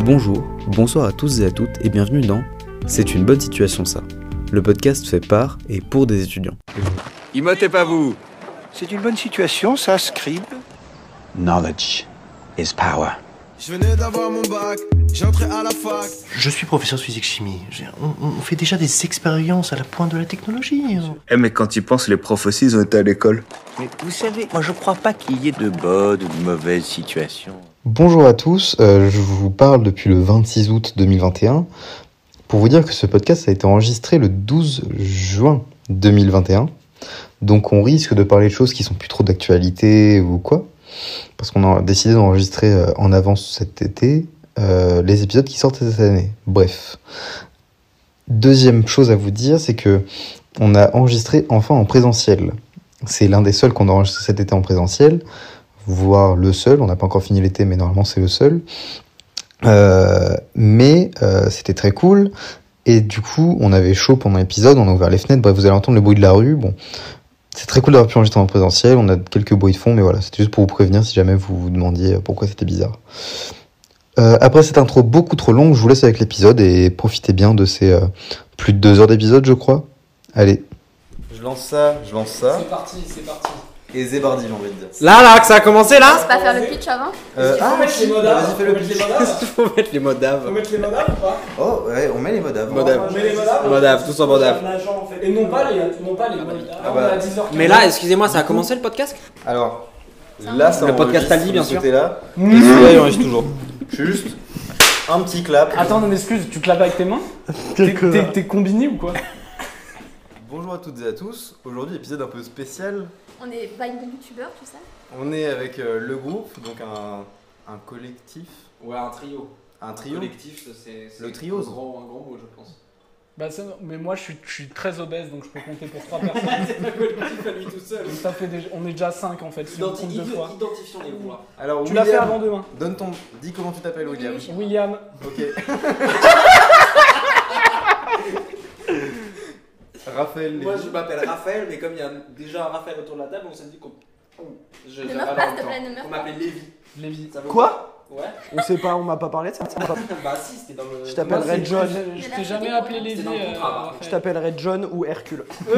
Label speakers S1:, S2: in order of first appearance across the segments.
S1: Bonjour, bonsoir à tous et à toutes et bienvenue dans C'est une bonne situation ça. Le podcast fait par et pour des étudiants.
S2: Imotez pas vous
S3: C'est une bonne situation, ça, Scribe.
S4: Knowledge is power.
S5: Je venais d'avoir mon bac, j'entrais à la fac.
S6: Je suis professeur de physique-chimie. J'ai- On, on fait déjà des expériences à la pointe de la technologie. hein.
S7: Eh mais quand ils pensent, les profs aussi, ils ont été à l'école.
S2: Mais vous savez, moi je crois pas qu'il y ait de bonnes ou de mauvaises situations.
S8: Bonjour à tous, euh, je vous parle depuis le 26 août 2021 pour vous dire que ce podcast a été enregistré le 12 juin 2021. Donc on risque de parler de choses qui sont plus trop d'actualité ou quoi, parce qu'on a décidé d'enregistrer euh, en avance cet été euh, les épisodes qui sortent cette année. Bref. Deuxième chose à vous dire, c'est que on a enregistré enfin en présentiel. C'est l'un des seuls qu'on a enregistré cet été en présentiel voire le seul. On n'a pas encore fini l'été, mais normalement c'est le seul. Euh, mais euh, c'était très cool. Et du coup, on avait chaud pendant l'épisode, on a ouvert les fenêtres. Bref, vous allez entendre le bruit de la rue. Bon, c'est très cool d'avoir pu enregistrer en présentiel. On a quelques bruits de fond, mais voilà, c'était juste pour vous prévenir si jamais vous vous demandiez pourquoi c'était bizarre. Euh, après cette intro beaucoup trop longue, je vous laisse avec l'épisode et profitez bien de ces euh, plus de deux heures d'épisode, je crois. Allez. Je lance ça, je lance ça. C'est parti, c'est parti. Et Zébardi, j'ai envie de dire.
S9: Là, là, que ça a commencé,
S10: On
S9: là
S10: peut pas faire le pitch avant
S8: Euh, ah, si, vas-y, fais le pitch.
S9: Faut mettre les mots d'ave.
S8: Oh, ouais, on met les modes avant.
S9: Modes
S4: Ah,
S9: d'ave. Modes d'ave, tous en modes d'ave.
S5: Et non pas les, non pas les
S8: Ah bah,
S9: Mais là, excusez-moi, ça a commencé le podcast
S8: alors, là, ça
S9: Le podcast
S8: enregistre
S9: Ali, bien
S8: de ce
S9: sûr.
S8: côté-là.
S9: Et celui-là, il enregistre toujours.
S8: Je suis juste un petit clap.
S5: Attends, non, excuse, tu clapes avec tes mains T'es- T'es t'es combiné ou quoi
S8: Bonjour à toutes et à tous. Aujourd'hui, épisode un peu spécial.
S10: On est pas une youtubeur, tout ça
S8: On est avec euh, le groupe, donc un, un collectif,
S9: Ouais, un trio.
S8: un trio.
S9: collectif, c'est.
S8: Le trio. un
S9: grand, un grand mot, je pense.
S5: Bah ça, non, mais moi je suis, je suis très obèse donc je peux compter pour 3 personnes.
S9: C'est pas collectif à lui tout seul.
S5: Ça fait déjà- on est déjà 5 en fait, si on compte deux fois.
S9: Identifions les voix.
S8: Alors,
S5: Tu l'as
S8: William,
S5: fait avant demain.
S8: donne ton. Dis comment tu t'appelles, William.
S10: Oui.
S5: William,
S8: Ok. Raphaël, Lévy.
S9: m'appelle Raphaël, mais comme il y a déjà un Raphaël autour de la table, on s'est dit qu'on. Je
S10: Ne meurs pas, s'il te plaît, ne meurs pas.
S9: Lévi.
S5: Lévi.
S9: Quoi Ouais.
S11: On sait pas, on m'a pas parlé de ça.
S9: Bah si, c'était dans le.
S11: Je t'appellerai
S5: Moi, c'est-
S11: John.
S5: je- Je
S10: C'est
S5: t'ai
S10: la
S5: jamais
S10: petite
S5: appelé
S10: étoile.
S5: Lévi.
S9: C'est dans le
S5: euh,
S9: contrat, bah.
S5: Raphaël.
S11: Je t'appellerai John ou Hercule.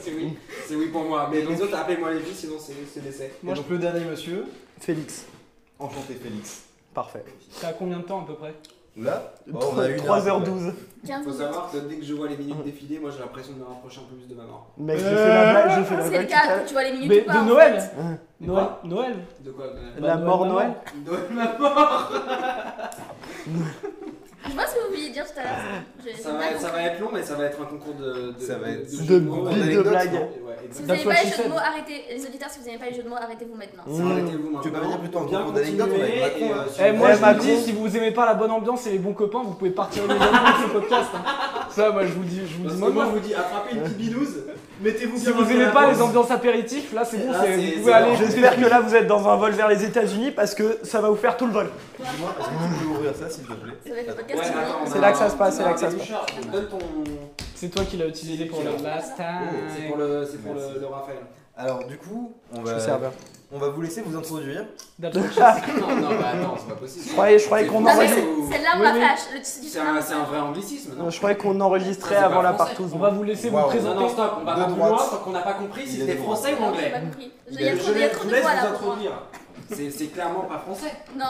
S9: C'est oui, c'est oui pour moi. Mais les autres, appelez-moi les filles, sinon c'est c'est l'essai.
S11: Moi,
S8: Et donc, le dernier monsieur.
S11: Félix.
S8: Enchanté, Félix.
S11: Parfait.
S5: T'as combien de temps à peu près
S8: Là, oh, on a une heure,
S11: 3h12.
S10: 15
S9: Faut
S10: minutes.
S9: savoir que dès que je vois les minutes défiler, moi j'ai l'impression de me rapprocher un peu plus de ma mort.
S11: Mec, je fais la blague, je fais la
S10: C'est le
S11: blague.
S10: cas, tu vois les minutes
S5: Mais
S10: ou pas hein en
S5: de Noël
S10: fait.
S5: Noël Noël
S9: De quoi de-
S11: La mort Noël
S9: De ma mort
S10: Je vois ce que vous vouliez dire tout à l'heure. Je- j'ai
S9: ça
S10: pas
S9: va, être, ça
S10: compris.
S9: va être long, mais ça va être un concours de. de
S8: Ça va être-
S9: jeux
S11: de
S9: mots,
S11: billes de
S9: d'anecdotes,
S11: blagues.
S9: non Ouais,
S10: Si vous
S9: exactement.
S5: That's
S10: n'avez
S5: what
S10: pas
S5: she
S10: les jeux
S5: said.
S10: de mots, arrêtez. Les auditeurs, si vous n'avez pas les jeux de mots, arrêtez-vous maintenant.
S11: Mmh.
S9: Arrêtez-vous maintenant.
S8: Tu peux venir plutôt en
S9: Bien
S8: concours d'anecdotes, on
S9: continuer,
S8: va avec
S9: et,
S8: Macron, hein.
S9: euh,
S8: là.
S9: sur-
S5: Eh, moi
S11: Eh,
S5: je vous
S11: Macron.
S5: dis, si vous aimez pas la bonne ambiance et les bons copains, vous pouvez partir les gens de ce podcast. hein. Ça, moi je vous le dis, je vous le
S9: Parce
S5: dis
S9: que moi je
S5: maintenant.
S9: vous dis, attrapez une petite bilouse, mettez-vous
S5: Si
S9: bien
S5: vous
S9: dans
S5: aimez
S9: la
S5: pas
S9: pause.
S5: les ambiances apéritifs, là c'est bon,
S9: Là,
S5: c'est-
S9: c'est-
S5: vous
S9: c'est
S5: pouvez aller.
S9: bon.
S11: J'espère que là vous êtes dans un vol vers les États-Unis parce que ça va vous faire tout le vol.
S8: Dis-moi, est-ce que tu peux ouvrir ça, s'il te plaît
S10: Ça va être le
S9: Ouais,
S10: podcast qui
S9: attends, on
S10: vient.
S11: C'est
S9: a
S11: là que ça
S9: un-
S11: se passe,
S9: on
S11: c'est
S9: a
S11: là
S9: un
S11: que ça se
S9: Richard, Donne ton.
S5: C'est toi qui l'as utilisé pour le last
S9: C'est
S5: time.
S9: pour le, c'est pour le,
S8: Merci.
S9: le Raphaël.
S8: Alors, du coup, on
S11: Je
S8: va,
S11: suis serveur.
S8: on va vous laisser vous introduire.
S5: That's what she said.
S9: non, non, bah attends, c'est pas possible.
S11: Je croyais, je croyais qu'on
S10: Non, mais
S11: enregistrait,
S10: c'est- Celle-là, on
S5: Oui,
S10: la
S5: oui.
S10: flash. Le titre du
S9: C'est
S10: film,
S9: un, c'est un vrai anglicisme, non
S11: je croyais qu'on enregistrait
S9: C'est pas
S11: avant la
S9: français.
S11: partouze.
S5: On va vous laisser vous
S8: Wow.
S9: Non,
S5: présenter.
S9: non, stop, on va
S8: De
S9: pas plus
S8: droite.
S9: loin tant qu'on n'a pas compris si
S8: Il est
S9: c'était
S8: de
S9: français ou
S10: Non, j'ai
S9: anglais.
S10: pas compris. Il y
S9: Je
S10: a trop- il y a trop
S9: vous
S10: de
S9: laisse
S10: voix
S9: vous
S10: là pour moi.
S9: introduire. C'est c'est clairement pas français.
S10: Non.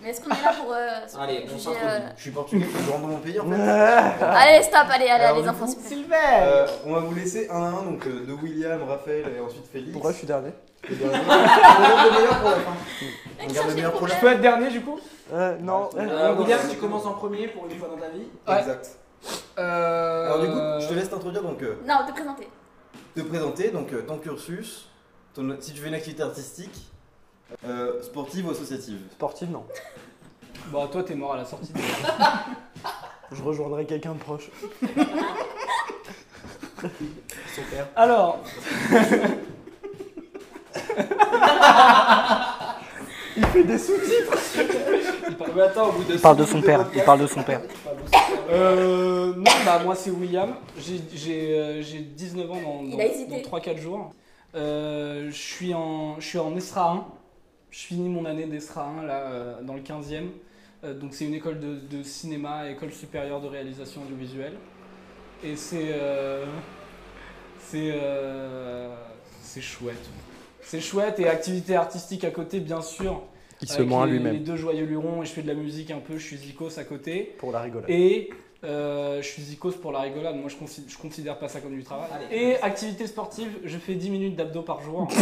S10: Mais est-ce qu'on est là pour. euh, se juger,
S9: Allez, on s'introduit.
S10: euh,
S8: Je suis portugais, faut que je rentre dans mon pays en fait.
S10: Allez, stop, allez, allez,
S8: Alors,
S10: les
S8: du
S10: enfants,
S8: coup,
S10: s'il vous plaît.
S8: Euh, on va vous laisser un à un, donc euh, de William, Raphaël et ensuite Félix.
S11: Pourquoi je suis dernier
S8: Et dernier, on garde le meilleur pour la fin. On garde
S10: cherche
S8: le meilleur
S10: les
S8: pour la fin.
S5: Je peux être dernier du coup
S11: Euh, Non.
S5: Ah,
S9: Euh, William, tu commences en premier pour une fois dans ta vie.
S5: Ouais.
S8: Exact.
S5: Euh.
S8: Alors du coup, je te laisse t'introduire, donc euh,
S10: Non, te présenter.
S8: te présenter donc, euh, ton cursus, ton- si tu fais une activité artistique, euh, sportive ou associative.
S11: Sportive, non.
S5: Bah, toi t'es mort à la sortie.
S11: Je rejoindrai quelqu'un de proche.
S5: Alors.
S11: Il fait des sous-titres
S9: Mais attends, au bout de
S11: Il parle de son père, il parle de son père.
S5: Euh. Non, bah, moi c'est William. J'ai- J'ai euh, j'ai 19 ans dans,
S10: Il a hésité.
S5: 3-4 jours. Euh, je suis en, je suis en ESRA 1. Je finis mon année d'ESRA 1 là, euh, dans le 15e. Euh, donc c'est une école de, de cinéma, école supérieure de réalisation audiovisuelle. Et c'est... euh, c'est... euh, c'est chouette. C'est chouette et activité artistique à côté, bien sûr.
S11: Il se
S5: Avec
S11: ment à
S5: les-
S11: lui-même.
S5: Les deux joyeux lurons et je fais de la musique un peu, je suis Zikos à côté.
S11: Pour la rigolade.
S5: Et euh, je suis Zikos pour la rigolade, moi je considère, je considère pas ça comme du travail. et activité sportive, je fais 10 minutes d'abdos par jour.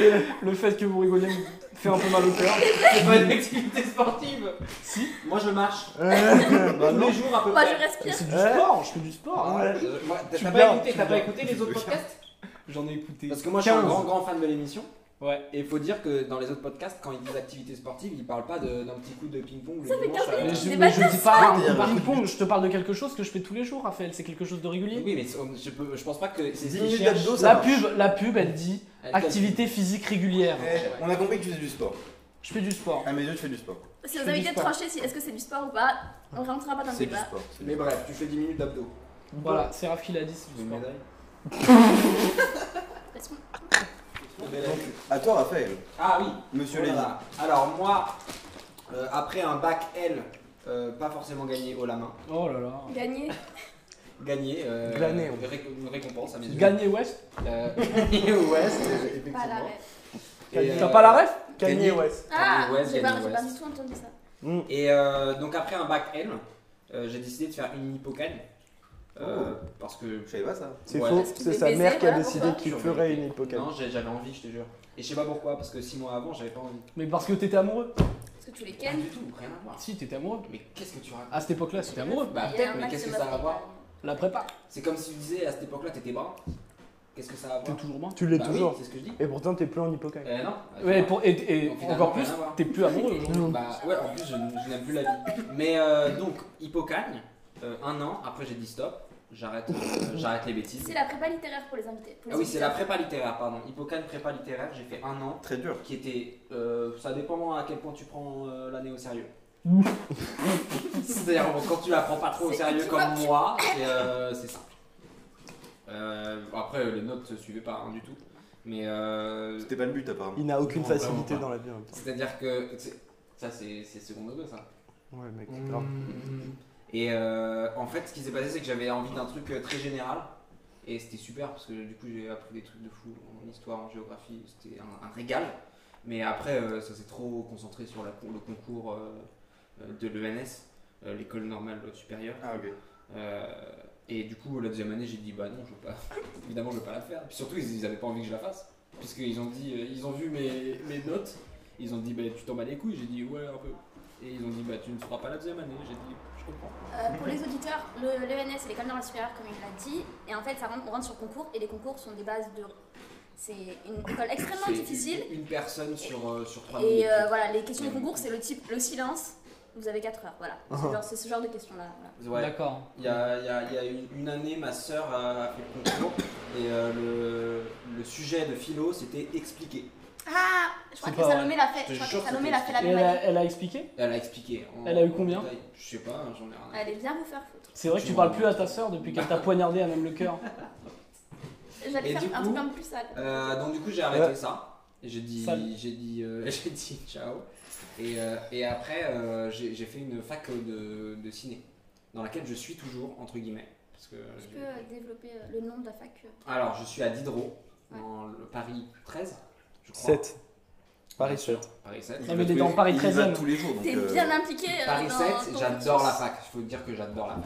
S5: Et le fait que vous rigoliez me fait un peu mal au cœur.
S9: C'est pas une activité sportive
S5: Si
S9: Moi je marche.
S5: Bah
S9: Tous
S5: non.
S9: les jours à peu
S10: Moi
S9: près.
S10: je respire.
S5: C'est du sport, je fais du sport. hein.
S9: Euh, moi, t'as-
S5: Tu
S9: T'as
S5: me
S9: pas
S5: gardes,
S9: écouté,
S5: tu
S9: t'as
S5: me
S9: pas
S5: gardes.
S9: écouté les autres podcasts
S5: J'en ai écouté.
S9: Parce que moi je suis un
S5: 15.
S9: grand grand fan de l'émission.
S5: Ouais.
S9: Et il faut dire que dans les autres podcasts, quand ils disent activité sportive, ils parlent pas de- d'un petit coup de ping-pong le dimanche.
S10: 15
S9: à-
S5: Mais je,
S10: Des
S5: mais je dis pas
S10: bâtards,
S5: un ping-pong, je te parle de quelque chose que je fais tous les jours, Raphaël. C'est quelque chose de régulier.
S9: Oui, mais c'est- on- je, peux- je pense pas que
S4: 10
S9: c'est ce qu'ils
S4: minutes
S9: cherchent.
S4: d'abdos, ça
S5: La
S4: marche.
S5: pub, la pub, elle dit
S9: Elle calcule.
S5: activité physique régulière.
S4: Eh, on a compris que tu faisais du sport.
S5: Je fais du sport.
S4: À mes yeux, tu fais du sport.
S10: Si
S5: fais
S10: vous
S5: du
S10: avez été
S5: sport.
S10: tranché, si est-ce que c'est du sport ou pas, on rentrera pas dans le
S4: C'est du
S10: débat.
S4: sport. c'est du
S9: Mais bref, tu fais 10 minutes d'abdos.
S5: Voilà, c'est Raph qui l'a dit, c'est du
S9: Une
S5: sport.
S9: médaille.
S10: Parce qu'on-
S4: sport.
S9: Une médaille.
S4: Donc, à toi, Raphaël.
S9: Ah oui,
S4: Monsieur
S9: Oh là
S4: Lévy.
S9: là. Alors moi, euh, après un bac L, euh, pas forcément gagné haut la main,
S5: Oh là là.
S10: Gagner.
S9: gagné, euh,
S5: Glané,
S9: une ré- une récompense à mes yeux.
S5: Gagner West
S9: Euh, Gagné Ouest, effectivement.
S10: Pas la ref.
S9: Et,
S11: T'as
S9: euh,
S11: pas la ref
S9: Kanye
S11: Kanye West.
S10: Ah,
S9: West,
S10: j'ai pas,
S9: Kanye
S10: j'ai pas
S9: West.
S10: du tout entendu ça.
S9: Et euh, donc après un bac L, euh, j'ai décidé de faire une hypocagne. Euh,
S11: Oh.
S9: Parce que
S4: Je savais pas ça.
S11: C'est
S9: Ouais.
S11: faux,
S9: Parce
S11: c'est
S10: qu'il
S11: sa
S10: fait
S11: mère
S10: baiser,
S11: qui a
S10: voilà
S11: décidé que
S10: pourquoi.
S11: tu ferais une hypocagne.
S9: Non, j'ai- j'avais envie, je te jure. Et je sais pas pourquoi, parce que 6 mois avant, j'avais pas envie.
S5: Mais parce que t'étais amoureux.
S10: Parce que tu les
S9: Pas
S10: kennes.
S9: du tout, rien à voir.
S5: Si, t'étais amoureux.
S9: Mais qu'est-ce que tu racontes
S5: À cette époque-là, c'était amoureux.
S9: Bah,
S10: Il y a
S9: peut-être,
S10: un
S9: mais
S10: max
S9: qu'est-ce
S10: de
S9: que ça a à
S10: masse
S9: voir
S5: La prépa.
S9: C'est comme si tu disais à cette époque-là, t'étais brun. Qu'est-ce que ça a à
S5: T'es
S9: voir
S5: toujours moins.
S11: Tu l'es
S9: Bah oui,
S11: toujours.
S9: c'est ce que je dis.
S11: Et pourtant, t'es plus en hypocagne.
S9: Euh, non.
S5: Ouais, et pour- et, et
S9: Donc, finalement,
S5: encore
S9: rien
S5: plus,
S9: à voir.
S5: t'es plus amoureux aujourd'hui.
S9: Bah ouais, en plus je, n- je n'aime plus la vie. Mais euh, donc, hypocagne, euh, un an, après j'ai dit stop, j'arrête euh, j'arrête les bêtises.
S10: C'est la prépa littéraire pour les invités. pour les
S9: Ah oui, c'est la
S10: auditeurs.
S9: prépa littéraire, pardon. Hypocagne, prépa littéraire, j'ai fait un an
S4: Très dur.
S9: qui était... euh, ça dépend à quel point tu prends euh, l'année au sérieux. C'est-à-dire bon, quand tu la prends pas trop au
S10: C'est-
S9: sérieux
S10: tu vois,
S9: comme
S10: tu-
S9: moi, c'est euh, c'est simple. Euh, après, euh, les notes ne suivaient pas hein, du tout. Mais euh,
S4: C'était pas le but, apparemment.
S11: Il n'a aucune
S9: Non,
S11: facilité
S9: vraiment pas.
S11: dans la vie en même temps.
S9: c'est-à-dire que... c'est- Ça, c'est c'est second degré, ça.
S11: Ouais, mec,
S5: Mm.
S11: c'est grave.
S9: Et euh, en fait, ce qui s'est passé, c'est que j'avais envie d'un truc euh, très général. Et c'était super parce que du coup, j'ai appris des trucs de fou en histoire, en géographie. C'était un, un régal. Mais après, euh, ça s'est trop concentré sur la con- le concours euh, euh, de l'ENS, euh, l'école normale supérieure.
S4: Ah, ok.
S9: Euh, et du coup, la deuxième année, j'ai dit bah non, je veux pas. Évidemment, je veux pas la faire. Puis surtout, ils, ils avaient pas envie que je la fasse, puisqu'ils ont dit, euh, ils ont vu mes, mes notes. Ils ont dit bah tu t'en bats les couilles. J'ai dit ouais un peu. Et ils ont dit bah tu ne feras pas la deuxième année. J'ai dit je comprends.
S10: Euh, pour les auditeurs, le- l'ENS, c'est l'école normale supérieure, comme il l'a dit. Et en fait, ça rentre, on rentre sur concours, et les concours sont des bases de. C'est une école extrêmement
S9: C'est
S10: difficile.
S9: Une une personne sur euh, sur trois minutes.
S10: Et euh, voilà, les questions de concours, c'est le type le silence, vous avez 4 heures. Voilà, c'est genre- c'est ce genre de questions-là. voilà.
S9: Ouais.
S5: D'accord.
S9: Il y a, il y a- il y a une, une année, ma sœur a, a fait le concours et euh, le, le sujet de philo c'était expliquer.
S10: Ah Je crois
S5: C'est
S10: que
S5: pas
S10: Salomé l'a fait.
S9: Je te
S10: Je crois
S9: jure
S10: que
S9: que
S10: Salomé
S9: c'est
S10: l'a fait la
S5: Et
S10: même
S5: elle
S10: année.
S5: a, elle a expliqué
S9: Elle a expliqué. en-
S5: Elle a eu
S9: en
S5: combien
S9: détail. Je sais pas, hein, j'en ai rien. à-
S10: Allez, viens vous faire foutre.
S5: C'est vrai que tu parles plus à ta sœur depuis qu'elle t'a poignardé à même le cœur.
S10: J'allais
S9: Et
S10: faire
S9: du
S10: un
S9: coup,
S10: truc un peu plus sale.
S9: Euh, donc du coup j'ai arrêté
S11: Ouais.
S9: ça. Et J'ai dit,
S5: Sale.
S9: j'ai dit, euh, j'ai dit ciao. Et, euh, et après euh, j'ai j'ai fait une fac de, de ciné dans laquelle je suis toujours entre guillemets parce que.
S10: Tu
S9: j'ai-
S10: peux euh, développer euh, le nom de la fac euh,
S9: Alors je suis à Diderot
S10: Ouais.
S9: dans le Paris 13. Je crois.
S11: 7. Paris 7.
S9: Paris 7.
S5: Non, mais il est dans
S4: Il
S5: Paris
S4: y va
S5: 13ème.
S4: tous les jours. donc,
S10: T'es
S4: euh,
S10: bien impliqué euh,
S9: Paris
S10: dans
S9: 7,
S10: ton
S9: j'adore la
S10: cursus.
S9: fac. Il faut dire que j'adore la fac.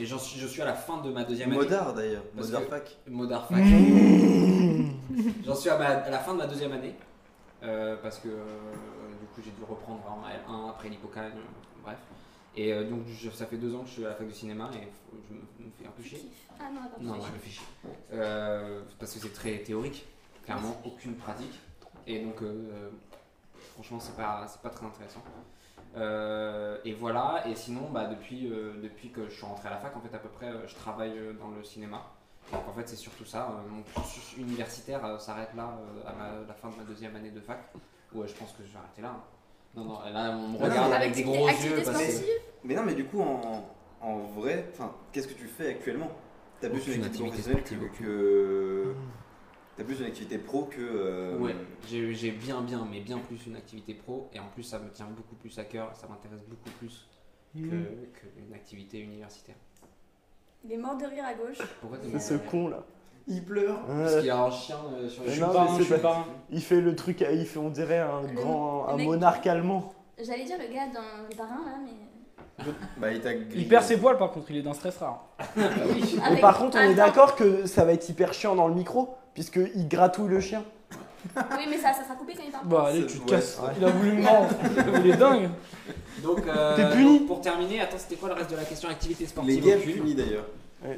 S9: Et j'en suis, je suis à la fin de ma deuxième année.
S4: Modard, d'ailleurs.
S9: Parce
S4: Modard
S9: que-
S4: Pack.
S9: Modar fac. j'en suis à, ma- à la fin de ma deuxième année. euh, parce que euh, du coup, j'ai dû reprendre en L1 après l'hypocagne. euh, Bref. Et euh, donc, je- ça fait deux ans que je suis à la fac de cinéma et faut- je me, me fais un peu
S10: Tu
S9: chier.
S10: kiffes. Ah non, attends.
S9: Non, je me fais chier. Euh, parce que c'est très théorique. Clairement, aucune pratique. Et donc, euh, franchement, c'est pas, c'est pas très intéressant. Euh, et voilà, et sinon, bah, depuis, euh, depuis que je suis rentré à la fac, en fait, à peu près, euh, je travaille euh, dans le cinéma. Donc, en fait, c'est surtout ça. Euh, Mon cursus universitaire euh, s'arrête là, euh, à ma- la fin de ma deuxième année de fac. Ouais, je pense que je vais arrêter là. hein. Non, non, là, on
S4: non,
S9: me regarde
S10: Avec
S9: avec des
S10: activité-
S9: gros
S10: activité
S9: yeux. parce que-
S10: sportive.
S4: Mais non, mais du coup, en, en vrai, enfin, qu'est-ce que tu fais actuellement T'as plus
S9: Aucune
S4: une activité
S9: activité
S5: Mm.
S4: professionnelle que, que, T'as plus une activité pro que. euh,
S9: Ouais, j'ai j'ai bien, bien, mais bien plus une activité pro, et en plus ça me tient beaucoup plus à cœur, ça m'intéresse beaucoup plus que-
S11: Mhm.
S9: qu'une activité universitaire.
S10: Il est mort de rire à gauche.
S9: Pourquoi t'es
S11: C'est ce con là. Il pleure.
S9: Parce qu'il y a un chien euh, sur le
S5: Je suis
S11: non,
S5: pas
S11: mais
S5: un,
S11: c'est
S5: je suis
S11: pas-
S5: pas un.
S11: Il fait le truc, à- il fait, on dirait un grand,
S10: le
S11: un
S10: mec-
S11: monarque allemand.
S10: J'allais dire le gars dans le barin là, mais.
S4: Bah, il t'a grillé.
S5: Il perd ses poils par contre, il est d'un stress rare.
S11: Mais
S10: Avec-
S11: par contre, on est
S10: Attends.
S11: d'accord que ça va être hyper chiant dans le micro, puisque il gratouille le chien.
S10: Oui, mais ça, ça sera coupé quand il parle.
S5: Bah allez,
S4: C'est-
S5: tu te
S4: ouais,
S5: casses.
S11: ouais.
S5: Il a voulu me mordre. Il est dingue.
S9: Donc, euh,
S11: T'es puni.
S9: donc, pour terminer, attends, c'était quoi le reste de la question Activité
S4: Les
S9: sportive
S4: gays
S9: aucune.
S4: punis d'ailleurs.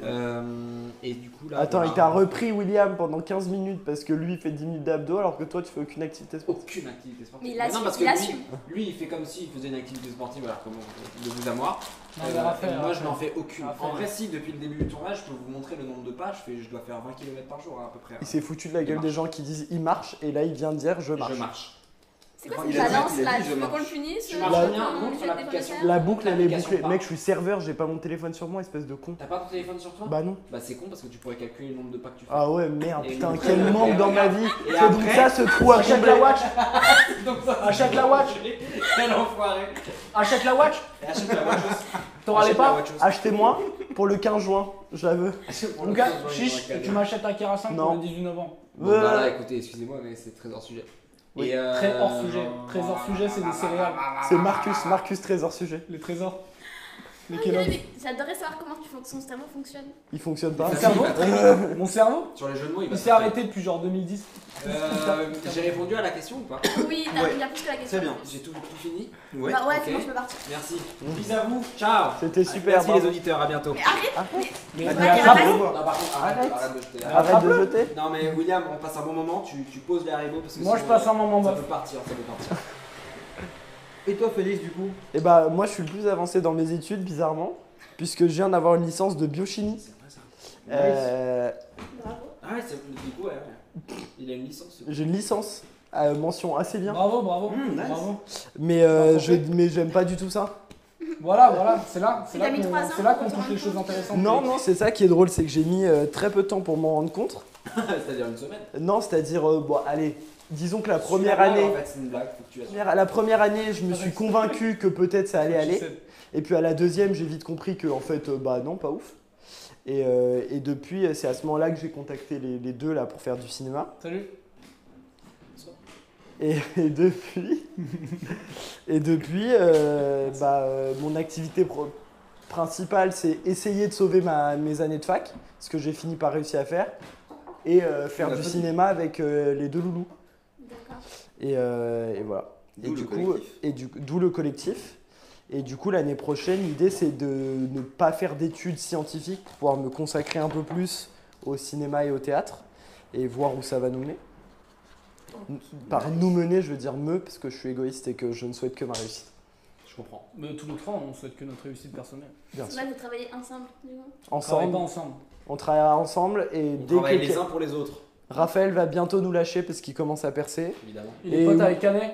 S9: Euh, et du coup, là.
S11: Attends,
S9: voilà.
S11: il t'a repris William pendant 15 minutes parce que lui il fait 10 minutes d'abdos alors que toi tu fais aucune activité sportive.
S9: Aucune activité sportive.
S10: Mais il
S9: Mais
S10: assume,
S9: non, parce que
S10: il
S9: lui,
S10: assume.
S9: lui, il fait comme s'il faisait une activité sportive, alors que bon, de vous à moi.
S5: Non,
S9: Euh,
S5: mais Raphaël,
S9: et moi, je
S5: Raphaël.
S9: n'en fais aucune.
S5: Raphaël.
S9: En vrai, si, depuis le début du tournage, je peux vous montrer le nombre de pas. Je, fais, je dois faire 20 km par jour, hein, à peu près.
S11: Il s'est foutu de la
S9: Il
S11: gueule
S9: marche.
S11: des gens qui disent il marche et là il vient de dire je marche.
S9: Je marche.
S10: C'est quoi
S9: Il
S10: cette
S9: a dit-
S10: balance
S4: il a
S10: là
S4: dit,
S10: Tu
S4: je
S10: veux qu'on le
S4: marche.
S10: punisse
S9: Tu
S10: euh,
S9: marches
S10: veux
S9: bien,
S10: qu'on
S9: montre
S10: lui jette des
S9: l'application.
S10: volontaires
S11: La boucle elle est
S9: L'application
S11: bouclée.
S9: part.
S11: Mec, je suis serveur, j'ai pas mon téléphone sur moi, espèce de con.
S9: T'as pas ton téléphone sur toi
S11: Bah non.
S9: Bah, c'est con parce que tu pourrais calculer le nombre de pas que tu fais.
S11: Ah ouais, merde,
S9: Et
S11: putain,
S9: oui.
S11: quel manque dans ma vie.
S9: Et
S11: C'est donc
S9: après-
S11: ça ce trou à chaque la watch.
S9: Donc, ça,
S11: À chaque la watch.
S9: Quel enfoiré
S11: À chaque la watch,
S9: Et Achète la watch aussi.
S11: t'en râlais
S9: Achète la
S11: pas
S9: watch aussi.
S11: Achetez-moi pour le 15 juin, je la veux.
S9: Achète-
S5: Ah, Mon gars, chiche, tu m'achètes un Kera 5 pour
S11: Non.
S5: le 18 novembre.
S9: Bon, bah là,
S11: Euh.
S9: écoutez, excusez-moi, mais c'est très hors sujet.
S5: Oui,
S9: Et, euh,
S5: très hors sujet. Très hors sujet, c'est des céréales.
S9: Ah.
S11: C'est Marcus, Marcus Trésor Sujet.
S5: Les trésors.
S11: Les
S10: Ah,
S11: kebabs.
S10: mais J'adorerais savoir comment tu fon- son cerveau fonctionne.
S11: Il fonctionne pas.
S5: Mon
S9: ça,
S5: cerveau
S9: il va
S5: Mon cerveau
S9: Sur les jeux de mots, il va
S5: Il s'est arrêté depuis genre 2010.
S9: Euh, J'ai répondu à la question ou pas
S10: Oui, t'as-
S4: Ouais.
S10: il y a plus que la question.
S4: Très bien.
S9: J'ai tout, tout fini.
S4: Ouais.
S10: Bah ouais,
S9: Ok.
S10: sinon je peux partir.
S9: Merci.
S11: Mmh.
S9: Bisous à vous. Ciao.
S11: C'était super.
S9: Merci les
S11: bravo.
S9: auditeurs, à bientôt.
S10: Mais arrête
S5: Mais
S10: Ouais,
S5: mais
S10: il y a
S5: attrape-
S10: pas-
S9: Non, par contre, arrête,
S11: Arrête.
S9: arrête de jeter la-
S11: Arrête de jeter.
S9: Non mais William, on passe un bon moment, tu, tu poses les haribots parce que
S5: Moi je
S9: sinon,
S5: passe un
S9: ça
S5: moment
S9: peut
S5: bof.
S9: partir, ça peut partir.
S4: Et toi, Félix, du coup
S11: Et bah moi je suis le plus avancé dans mes études bizarrement puisque je viens d'avoir une licence de biochimie.
S9: C'est vrai ça.
S11: Euh,
S10: Bravo.
S9: Ah ouais, c'est du coup ouais, ouais. Il a une licence. ce-
S11: j'ai une licence à mention assez bien
S5: Bravo, bravo.
S4: Mmh, nice.
S5: Bravo.
S11: mais euh,
S5: Pas
S11: je mais j'aime pas du tout ça.
S5: Voilà, voilà, c'est là, c'est
S10: Il a
S5: là
S10: mis
S5: qu'on
S10: trois ans
S5: c'est là
S10: pour
S5: qu'on
S10: se
S5: compte les
S10: rendre
S5: choses
S10: compte que-
S5: intéressantes.
S11: Non non, c'est ça qui est drôle, c'est que j'ai mis euh, très peu de temps pour m'en rendre compte.
S9: C'est-à-dire une semaine.
S11: Non, c'est-à-ir euh, bon allez, disons que la première
S9: Suis-la-moi,
S11: année
S9: En fait, c'est une blague, faut que tu assumes.
S11: la première année, je me suis convaincu que peut-être ça allait aller.
S5: C'est-
S11: Et puis à la deuxième, j'ai vite compris que en fait, euh, bah non, pas ouf. Et, euh, et depuis, euh, c'est à ce moment-là que j'ai contacté les, les deux là pour faire du cinéma.
S5: Salut.
S11: Et, et depuis, et depuis, euh, bah, euh, mon activité pro- principale, c'est essayer de sauver ma- mes années de fac, ce que j'ai fini par réussir à faire, et euh, faire
S4: On a
S11: du
S4: pas dit.
S11: cinéma avec euh, les deux loulous.
S10: D'accord.
S11: Et, euh, et voilà. Et
S4: D'où
S11: du
S4: le
S11: coup,
S4: collectif.
S11: et du- d'où le collectif. Et du coup, l'année prochaine, l'idée c'est de ne pas faire d'études scientifiques pour pouvoir me consacrer un peu plus au cinéma et au théâtre et voir où ça va nous mener. N- Par nous mener, je veux dire me, parce que je suis égoïste et que je ne souhaite que ma réussite.
S9: Je comprends.
S5: Mais tous les trois, on souhaite que notre réussite personnelle.
S11: Bien
S10: C'est
S11: sûr.
S10: vrai, vous travaillez ensemble, du coup.
S5: Ensemble.
S11: Ensemble,
S5: ensemble.
S11: on travaillera ensemble et
S9: On
S11: dès
S9: travaille
S11: que
S9: les uns pour les autres,
S11: Raphaël va bientôt nous lâcher parce qu'il commence à percer.
S9: évidemment.
S5: Il est
S11: Et
S5: pote
S11: oui.
S5: avec Canet.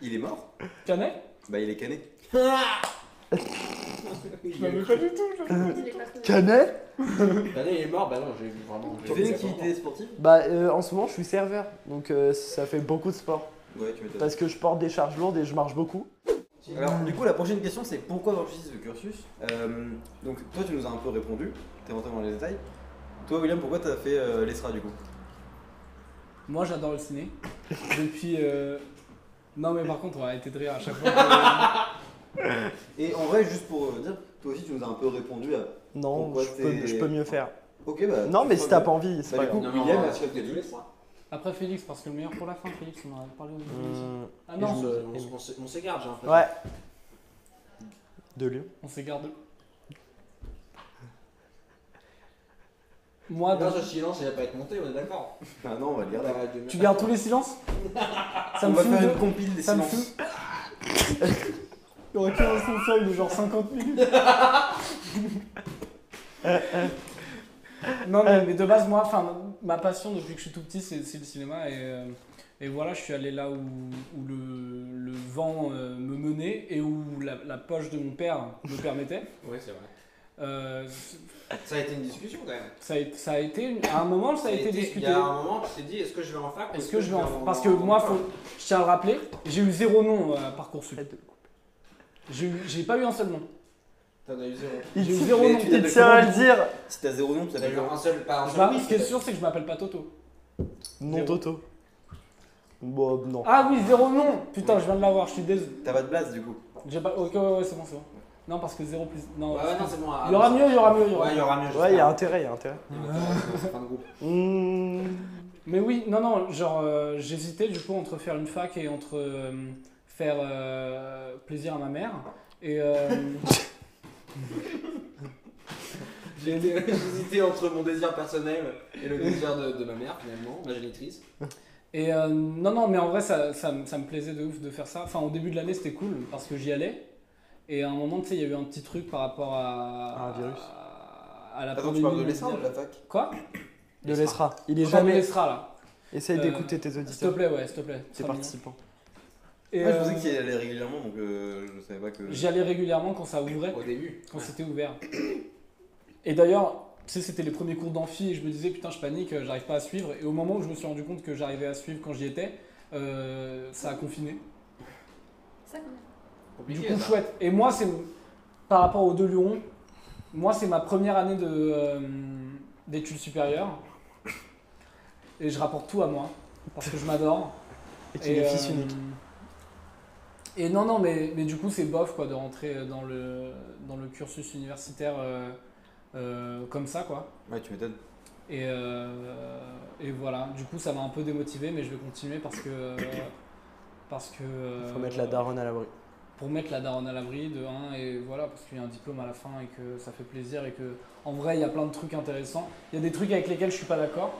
S4: Il est mort
S5: Canet
S4: Bah, il est cané.
S9: Euh,
S10: Je l'ai pas trouvé.
S11: Canet
S9: L'année il est mort, bah non, j'ai vraiment.
S4: Tu fais une activité sportive
S11: Bah euh, en ce moment, je suis serveur, donc euh, ça fait beaucoup de sport.
S4: Ouais, tu m'étonnes.
S11: parce que je porte des charges lourdes et je marche beaucoup.
S4: Alors, du coup, la prochaine question, c'est pourquoi franchir ce cursus Euh, Donc, toi, tu nous as un peu répondu, t'es rentré dans les détails. Toi, William, pourquoi t'as fait euh, l'ESRA du coup
S5: Moi j'adore le ciné. Depuis. euh, Non mais par contre on va arrêter de rire à chaque fois. que-
S4: Et en vrai, juste pour euh, dire, toi aussi, tu nous as un peu répondu à.
S11: Non,
S4: Pourquoi
S11: je peux,
S4: t'es-
S11: je peux mieux faire.
S4: Ok, bah.
S11: Non, mais si t'as pas envie, c'est
S4: Bah, du
S11: pas
S4: coup,
S11: grave.
S9: Non, mais on
S4: William,
S9: va-
S4: a fait
S9: tous les trois.
S5: Après Félix, parce que le meilleur pour la fin, Félix, on en a parlé au début. de l'émission.
S11: Hum,
S5: Ah non,
S9: on se-
S11: Et
S9: on se- on se- on s'écarte, j'ai l'impression.
S11: Mmh, ouais. De Lyon.
S5: on s'égarde. Moi, dans-
S9: Non, ce Ah, silence, il va pas être monté, on est d'accord. Bah,
S4: Ah non, on va le garder.
S5: tu gardes tous les silences Ça
S4: on
S5: me
S4: va
S5: fume
S4: faire
S5: de-
S4: une compile des
S5: Ça me
S4: silences.
S5: fume. Il y aurait qu'un responsable de genre 50 minutes. non, mais, mais de base, moi, enfin, ma passion depuis que je suis tout petit, c'est c'est le cinéma. Et, euh, et voilà, je suis allé là où, où le, le vent euh, me menait et où la, la poche de mon père me permettait.
S9: Oui, c'est vrai.
S5: Euh,
S9: Ça a été une discussion quand même.
S5: ça, a, été- ça a été, une- à un moment, ça a été
S9: Il
S5: discuté.
S9: y a un moment, tu t'es dit, est-ce que je vais en faire ou
S5: Est-ce que je vais en Parce que
S9: en-
S5: moi, faut... je tiens à le rappeler, j'ai eu zéro nom à Parcoursup. J'ai eu- j'ai pas eu un seul nom.
S9: T'en as eu zéro.
S5: J'ai eu zéro nom.
S4: Si t'as zéro nom, tu
S9: T'as eu
S4: t'appelles
S9: un seul, pas un
S5: Je
S9: seul.
S5: m'arrive, ce qui est sûr, bah c'est que je m'appelle pas Toto.
S11: Non, Toto. Bon, non.
S5: Ah oui, zéro nom Putain, je viens de l'avoir, je suis désolé.
S4: T'as pas de place du coup
S5: J'ai pas. Ok, ouais, ouais, c'est bon, c'est bon. Non, parce que zéro plus. Non,
S9: Ouais, ouais, non, c'est bon,
S5: Il y aura
S9: ah,
S5: mieux, il y aura mieux, il y aura
S9: Ouais, il y aura mieux,
S11: Ouais, il y a intérêt, il y a intérêt. Mmh.
S5: Mais oui, non, non, genre euh, j'hésitais du coup entre faire une fac et entre euh, faire euh, plaisir à ma mère. Et. euh,
S9: J'étais- J'hésitais entre mon désir personnel et le désir de, de ma mère, finalement, ma génitrice.
S5: Et euh, non, non, mais en vrai, ça, ça, me- ça me plaisait de ouf de faire ça. Enfin, au début de l'année, c'était cool parce que j'y allais. Et à un moment, tu sais, il y a eu un petit truc par rapport
S11: Ah,
S5: à. un virus À, à la
S4: Attends, tu
S5: pandémie
S4: parles de l'ESRA ou de
S5: mondiale.
S4: la fac
S5: Quoi
S11: De l'ESRA. Il est
S5: Je parle de
S11: jamais.
S5: l'ESRA, là.
S11: Essaye
S5: Euh,
S11: d'écouter tes
S5: S'il
S11: auditeurs.
S5: te plaît, ouais, s'il te plaît.
S11: Tes
S5: Cinq minutes.
S11: participants.
S5: Et,
S4: Moi, je
S5: euh,
S4: pensais qu'il y allait régulièrement, donc euh, je savais pas que.
S5: J'y allais régulièrement quand ça ouvrait.
S9: Au début.
S5: Quand c'était ouvert. Et d'ailleurs, tu sais, c'était les premiers cours d'amphi et je me disais, putain, je panique, euh, j'arrive pas à suivre. Et au moment où je me suis rendu compte que j'arrivais à suivre quand j'y étais, euh, ça a confiné.
S10: Ça, quand même.
S5: Du
S9: Compliqué,
S5: coup,
S9: ça.
S5: chouette. Et moi, c'est par rapport aux deux Lurons, moi, c'est ma première année de, euh, d'études supérieures. Et je rapporte tout à moi, parce que je m'adore.
S11: Et
S5: euh,
S11: qu'il est fils unique.
S5: Et non, non, mais, mais du coup, c'est bof quoi, de rentrer euh, dans le, dans le cursus universitaire euh, euh, comme ça, quoi.
S4: Ouais, tu m'étonnes.
S5: Et, euh, et voilà, du coup, ça m'a un peu démotivé, mais je vais continuer parce que. euh, parce que.
S11: Il faut
S5: euh,
S11: mettre la daronne à l'abri.
S5: pour mettre la daronne à l'abri de 1 et voilà parce qu'il y a un diplôme à la fin et que ça fait plaisir et que en vrai il y a plein de trucs intéressants il y a des trucs avec lesquels je suis pas d'accord